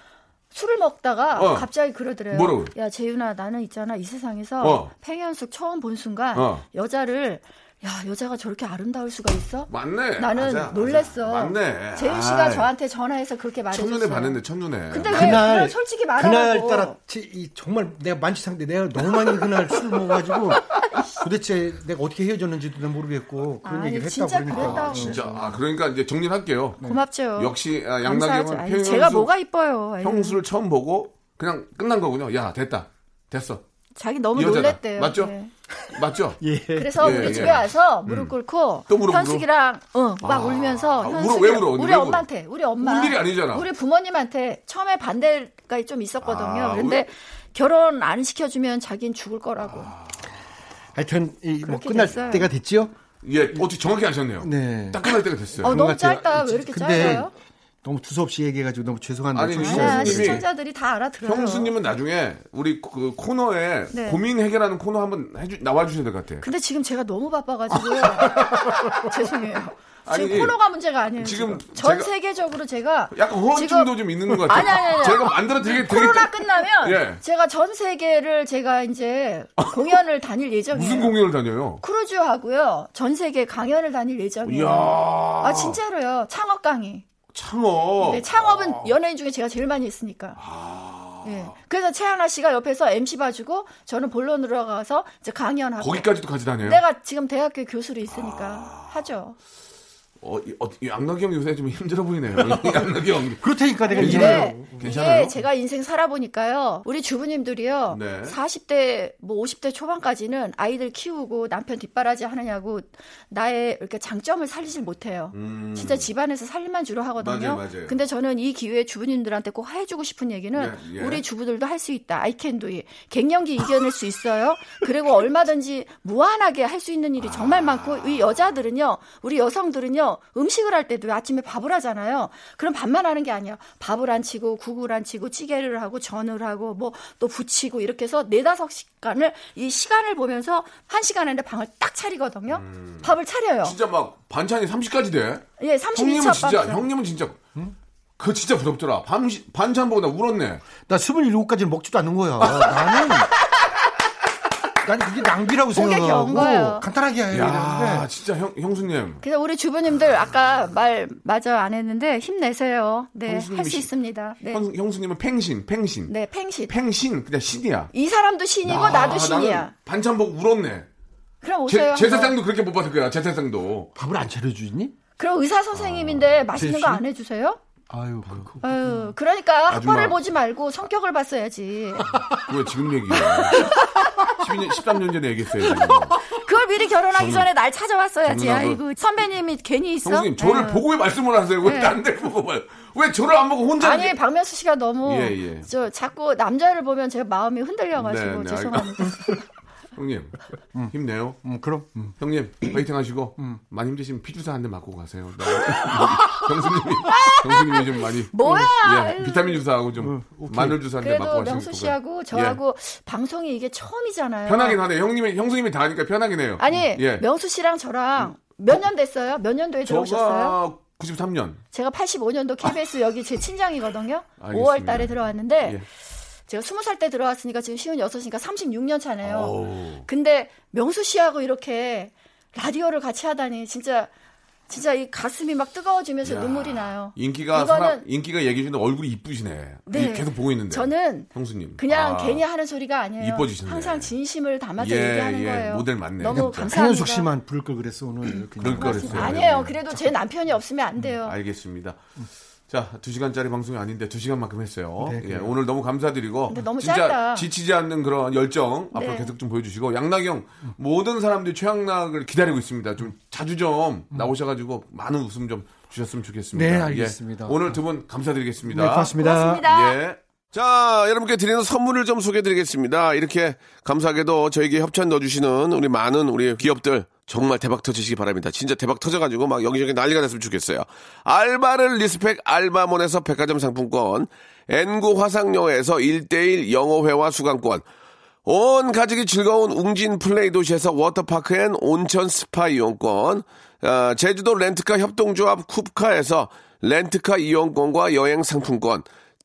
[SPEAKER 11] 술을 먹다가
[SPEAKER 3] 어.
[SPEAKER 11] 갑자기 그러더래요.
[SPEAKER 3] 뭐라고요?
[SPEAKER 11] 야, 재윤아, 나는 있잖아. 이 세상에서
[SPEAKER 3] 어.
[SPEAKER 11] 팽현숙 처음 본 순간
[SPEAKER 3] 어.
[SPEAKER 11] 여자를 야, 여자가 저렇게 아름다울 수가 있어?
[SPEAKER 3] 맞네.
[SPEAKER 11] 나는
[SPEAKER 3] 맞아, 맞아.
[SPEAKER 11] 놀랬어.
[SPEAKER 3] 맞네.
[SPEAKER 11] 재윤 씨가
[SPEAKER 3] 아이.
[SPEAKER 11] 저한테 전화해서 그렇게 말해줬어요.
[SPEAKER 3] 첫눈에 반했네 첫눈에.
[SPEAKER 11] 근데 왜 그날 솔직히 말하라고.
[SPEAKER 10] 그날따라 지- 이 정말 내가 만취상태 내가 너무 많이 그날 술 먹어가지고 도대체 내가 어떻게 헤어졌는지도 난 모르겠고 그런
[SPEAKER 11] 아니,
[SPEAKER 10] 얘기를 했다고
[SPEAKER 11] 진짜
[SPEAKER 10] 그러니까
[SPEAKER 11] 그랬다고. 네.
[SPEAKER 3] 아, 진짜. 아, 그러니까 이제 정리를 할게요.
[SPEAKER 11] 고맙죠.
[SPEAKER 3] 역시 아,
[SPEAKER 11] 감사하죠.
[SPEAKER 3] 양나경은
[SPEAKER 11] 아니,
[SPEAKER 3] 평
[SPEAKER 11] 제가 뭐가 이뻐요. 아유,
[SPEAKER 3] 형수를 처음 보고 그냥 끝난 거군요. 야, 됐다. 됐어.
[SPEAKER 11] 자기 너무
[SPEAKER 3] 이 여자다.
[SPEAKER 11] 놀랬대요.
[SPEAKER 3] 맞죠?
[SPEAKER 11] 네.
[SPEAKER 3] 맞죠?
[SPEAKER 11] 그래서
[SPEAKER 3] 예,
[SPEAKER 11] 우리
[SPEAKER 3] 예.
[SPEAKER 11] 집에 와서 무릎 꿇고
[SPEAKER 3] 또 무릎
[SPEAKER 11] 현숙이랑 어, 막
[SPEAKER 3] 아,
[SPEAKER 11] 울면서
[SPEAKER 3] 아, 울어,
[SPEAKER 11] 현숙이랑
[SPEAKER 3] 왜 울어, 언니,
[SPEAKER 11] 우리
[SPEAKER 3] 왜 울어?
[SPEAKER 11] 엄마한테 우리 엄마
[SPEAKER 3] 울 일이 아니잖아.
[SPEAKER 11] 우리 부모님한테 처음에 반대가 좀 있었거든요.
[SPEAKER 10] 아,
[SPEAKER 11] 그런데 결혼 안 시켜주면 자기는 죽을 거라고.
[SPEAKER 3] 아,
[SPEAKER 11] 아,
[SPEAKER 10] 하여튼 이 뭐
[SPEAKER 11] 그렇게
[SPEAKER 10] 끝날
[SPEAKER 11] 됐어요.
[SPEAKER 10] 때가 됐지요?
[SPEAKER 3] 예, 어떻게 정확히 아셨네요.
[SPEAKER 10] 네.
[SPEAKER 3] 딱 끝날 때가 됐어요.
[SPEAKER 11] 어, 너무
[SPEAKER 10] 그런 것 같아요.
[SPEAKER 11] 짧다. 왜 이렇게
[SPEAKER 10] 근데
[SPEAKER 11] 짧아요?
[SPEAKER 10] 너무 두서없이 얘기해가지고 너무 죄송한데
[SPEAKER 3] 아니,
[SPEAKER 10] 청취자
[SPEAKER 11] 아니야 네,
[SPEAKER 3] 형수님이-
[SPEAKER 11] 시청자들이 다 알아들어요.
[SPEAKER 3] 형수님은 나중에 우리 그 코너에
[SPEAKER 11] 네. 그
[SPEAKER 3] 고민 해결하는 코너 한번 해주, 나와주셔야 될 것 같아요.
[SPEAKER 11] 근데 지금 제가 너무 바빠가지고요. 죄송해요. 지금
[SPEAKER 3] 아, 아니,
[SPEAKER 11] 코너가 문제가 아니에요.
[SPEAKER 3] 지금
[SPEAKER 11] 지금, 전
[SPEAKER 3] 제가-
[SPEAKER 11] 세계적으로 제가
[SPEAKER 3] 약간 허언증도
[SPEAKER 11] 지금-
[SPEAKER 3] 좀 있는 것 같아요.
[SPEAKER 11] 아니, 아니, 아니.
[SPEAKER 3] 제가 만들어 드리게 되게
[SPEAKER 11] 코로나 끝나면
[SPEAKER 3] 예. 아,
[SPEAKER 11] 제가 전 세계를 제가 이제 공연을 다닐 예정이에요.
[SPEAKER 3] 무슨 공연을 다녀요?
[SPEAKER 11] 크루즈 하고요. 전 세계 강연을 다닐 예정이에요.
[SPEAKER 3] 이야.
[SPEAKER 11] 아 진짜로요. 창업 강의.
[SPEAKER 3] 창업.
[SPEAKER 11] 네, 창업은
[SPEAKER 3] 아.
[SPEAKER 11] 연예인 중에 제가 제일 많이 했으니까. 예. 그래서 최하나 씨가 옆에서 MC 봐주고 저는 본론으로 가서 이제 강연하고.
[SPEAKER 3] 거기까지도 같이 다녀요? 아.
[SPEAKER 11] 내가 지금 대학교 교수로 있으니까 하죠.
[SPEAKER 3] 어, 이- 어, 이 양락이 형 요새 좀 힘들어 보이네요. 양락이 형.
[SPEAKER 10] 그렇다니까 내가
[SPEAKER 3] 괜찮아요. 괜찮아요.
[SPEAKER 11] 이게 제가 인생 살아보니까요. 우리 주부님들이요.
[SPEAKER 3] 네.
[SPEAKER 11] 40대 뭐 50대 초반까지는 아이들 키우고 남편 뒷바라지 하느냐고 나의 이렇게 장점을 살리질 못해요.
[SPEAKER 3] 음.
[SPEAKER 11] 진짜 집안에서 살림만 주로
[SPEAKER 3] 맞아요,
[SPEAKER 11] 하거든요.
[SPEAKER 3] 맞아요.
[SPEAKER 11] 근데 저는 이 기회에 주부님들한테 꼭 해주고 싶은 얘기는
[SPEAKER 3] 예, 예.
[SPEAKER 11] 우리 주부들도 할 수 있다. 아이캔도 이 갱년기 이겨낼 수 있어요. 그리고 얼마든지 무한하게 할 수 있는
[SPEAKER 3] 아.
[SPEAKER 11] 일이 정말 많고 이 여자들은요, 우리 여성들은요 음식을 할 때도 아침에 밥을 하잖아요. 그럼 밥만 하는 게 아니에요. 밥을 안 치고 국을 안 치고 찌개를 하고 전을 하고 뭐 또 부치고 이렇게 해서 네다섯 시간을 이 시간을 보면서 한 시간 안에 방을 딱 차리거든요. 밥을 차려요.
[SPEAKER 3] 음. 진짜 막 반찬이 30까지 돼.
[SPEAKER 11] 예, 32차
[SPEAKER 3] 형님은 진짜
[SPEAKER 11] 밥상.
[SPEAKER 3] 형님은 진짜 그 진짜 부럽더라. 밤 반찬 보고 나 울었네.
[SPEAKER 10] 나 27까지는 먹지도 않는 거야. 나는 난 그게 낭비라고
[SPEAKER 11] 고객이 온 거예요.
[SPEAKER 10] 생각하고 간단하게 해야
[SPEAKER 3] 야,
[SPEAKER 10] 되는데
[SPEAKER 3] 진짜 형 형수님.
[SPEAKER 11] 그래서 우리 주부님들 아까 말 마저 안 했는데 힘내세요. 네, 할 수 있습니다. 네.
[SPEAKER 3] 형, 형수님은 팽신, 팽신.
[SPEAKER 11] 네, 팽신.
[SPEAKER 3] 팽신 그냥 신이야.
[SPEAKER 11] 이 사람도 신이고 나도
[SPEAKER 3] 아,
[SPEAKER 11] 신이야.
[SPEAKER 3] 나는 반찬 보고 울었네.
[SPEAKER 11] 그럼 오세요.
[SPEAKER 3] 제, 제
[SPEAKER 11] 한번.
[SPEAKER 3] 세상도 그렇게 못 봤을 거야. 제 세상도.
[SPEAKER 10] 밥을 안 차려주니?
[SPEAKER 11] 그럼 의사
[SPEAKER 3] 아,
[SPEAKER 11] 선생님인데 맛있는 거 안 해주세요?
[SPEAKER 10] 아유, 그, 그,
[SPEAKER 11] 아유, 그러니까
[SPEAKER 3] 음. 아줌마.
[SPEAKER 11] 학벌을 보지 말고 성격을 봤어야지.
[SPEAKER 3] 왜 지금 얘기야? 12년, 13년 전에 얘기했어요. 지금.
[SPEAKER 11] 그걸 미리 결혼하기 전에 날 찾아왔어야지.
[SPEAKER 3] 저는
[SPEAKER 11] 아이고 선배님이 괜히 있어? 네.
[SPEAKER 3] 형수님 저를
[SPEAKER 11] 아유.
[SPEAKER 3] 보고 왜 말씀을 하세요? 왜
[SPEAKER 11] 네.
[SPEAKER 3] 딴데 보고 말? 왜 저를 안 보고 혼자?
[SPEAKER 11] 아니
[SPEAKER 3] 이렇게-
[SPEAKER 11] 박명수 씨가 너무
[SPEAKER 3] 예, 예.
[SPEAKER 11] 저 자꾸 남자를 보면 제 마음이 흔들려가지고
[SPEAKER 3] 네, 네,
[SPEAKER 11] 죄송합니다.
[SPEAKER 3] 형님 힘내요.
[SPEAKER 10] 음, 그럼. 음.
[SPEAKER 3] 형님 파이팅 하시고 많이 힘드시면 피주사 한 대 맞고 가세요. 네. 형수님이 형수님이 좀 많이
[SPEAKER 11] 뭐야!
[SPEAKER 3] 예, 비타민 주사하고 좀 마늘 주사 한 대 맞고
[SPEAKER 11] 그래도
[SPEAKER 3] 가시면
[SPEAKER 11] 명수 씨하고 저하고 방송이 이게 처음이잖아요.
[SPEAKER 3] 편하긴 하네. 형님이 형수님이 다 하니까 편하긴 해요.
[SPEAKER 11] 아니
[SPEAKER 3] 예.
[SPEAKER 11] 명수 씨랑 저랑 몇 년 됐어요? 몇 년도에 들어오셨어요?
[SPEAKER 3] 저가 93년
[SPEAKER 11] 제가 85년도 KBS 여기 제 친정이거든요.
[SPEAKER 3] 알겠습니다.
[SPEAKER 11] 5월 달에 들어왔는데
[SPEAKER 3] 예.
[SPEAKER 11] 제가 20살 때 들어왔으니까 지금 56이니까 36년 차네요.
[SPEAKER 3] 어우.
[SPEAKER 11] 근데 명수 씨하고 이렇게 라디오를 같이 하다니 진짜 진짜 이 가슴이 막 뜨거워지면서
[SPEAKER 3] 야.
[SPEAKER 11] 눈물이 나요.
[SPEAKER 3] 인기가
[SPEAKER 11] 이거는-
[SPEAKER 3] 사람 인기가 얘기해 주는데 얼굴이 이쁘시네.
[SPEAKER 11] 네.
[SPEAKER 3] 계속 보고 있는데.
[SPEAKER 11] 저는
[SPEAKER 3] 형수님
[SPEAKER 11] 그냥
[SPEAKER 3] 아,
[SPEAKER 11] 괜히 하는 소리가 아니에요.
[SPEAKER 3] 이뻐지셨네.
[SPEAKER 11] 항상 진심을 담아서
[SPEAKER 3] 예,
[SPEAKER 11] 얘기하는
[SPEAKER 3] 예.
[SPEAKER 11] 거예요.
[SPEAKER 3] 모델 맞네,
[SPEAKER 11] 너무
[SPEAKER 3] 진짜.
[SPEAKER 11] 감사합니다.
[SPEAKER 10] 한현숙 씨만 부를 걸 그랬어 오늘. 그냥.
[SPEAKER 3] 그럴 거랬어요. 음,
[SPEAKER 11] 아니에요. 그래도 제 남편이 없으면 안 돼요.
[SPEAKER 3] 알겠습니다. 자, 두 시간짜리 방송이 아닌데 두 시간만큼 했어요.
[SPEAKER 10] 네,
[SPEAKER 3] 예,
[SPEAKER 10] 그래요.
[SPEAKER 3] 오늘 너무 감사드리고
[SPEAKER 11] 근데 너무
[SPEAKER 3] 진짜
[SPEAKER 11] 짧다.
[SPEAKER 3] 지치지 않는 그런 열정
[SPEAKER 11] 네.
[SPEAKER 3] 앞으로 계속 좀 보여주시고 양락형 모든 사람들이 최양락을 기다리고 있습니다. 좀 자주 좀 나오셔가지고 많은 웃음 좀 주셨으면 좋겠습니다.
[SPEAKER 10] 네,
[SPEAKER 3] 예,
[SPEAKER 10] 알겠습니다.
[SPEAKER 3] 오늘 두 분 감사드리겠습니다.
[SPEAKER 10] 네, 고맙습니다. 고맙습니다.
[SPEAKER 3] 예. 자, 여러분께 드리는 선물을 좀 소개드리겠습니다. 이렇게 감사하게도 저에게 협찬 넣어주시는 우리 많은 우리 기업들 정말 대박 터지시기 바랍니다. 진짜 대박 터져가지고 막 여기저기 난리가 났으면 좋겠어요. 알바를 리스펙 알바몬에서 백화점 상품권, N구 화상영어에서 1대1 영어회화 수강권, 온 가족이 즐거운 웅진 플레이 도시에서 워터파크 앤 온천 스파 이용권, 아, 제주도 렌트카 협동조합 쿱카에서 렌트카 이용권과 여행 상품권,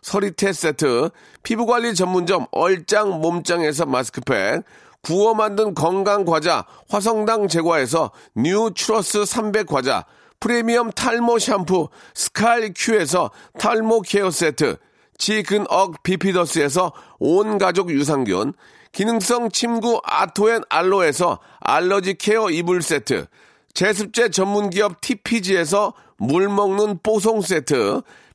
[SPEAKER 3] 서리태 세트, 피부관리 전문점 얼짱 몸짱에서 마스크팩, 구워 만든 건강 과자 화성당 제과에서 뉴 추러스 300 과자, 프리미엄 탈모 샴푸 스칼 큐에서 탈모 케어 세트, 지근억 비피더스에서 온 가족 유산균, 기능성 침구 아토앤 알로에서 알러지 케어 이불 세트, 제습제 전문 기업 TPG에서 물 먹는 뽀송 세트,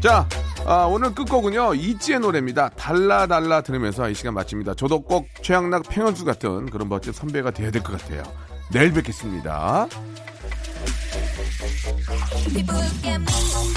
[SPEAKER 3] 자, 아, 오늘 끝곡은요, 이지의 노래입니다. 달라달라 들으면서 이 시간 마칩니다. 저도 꼭 최양락 팽현수 같은 그런 멋진 선배가 돼야 될 것 같아요. 내일 뵙겠습니다.
[SPEAKER 12] people look at me.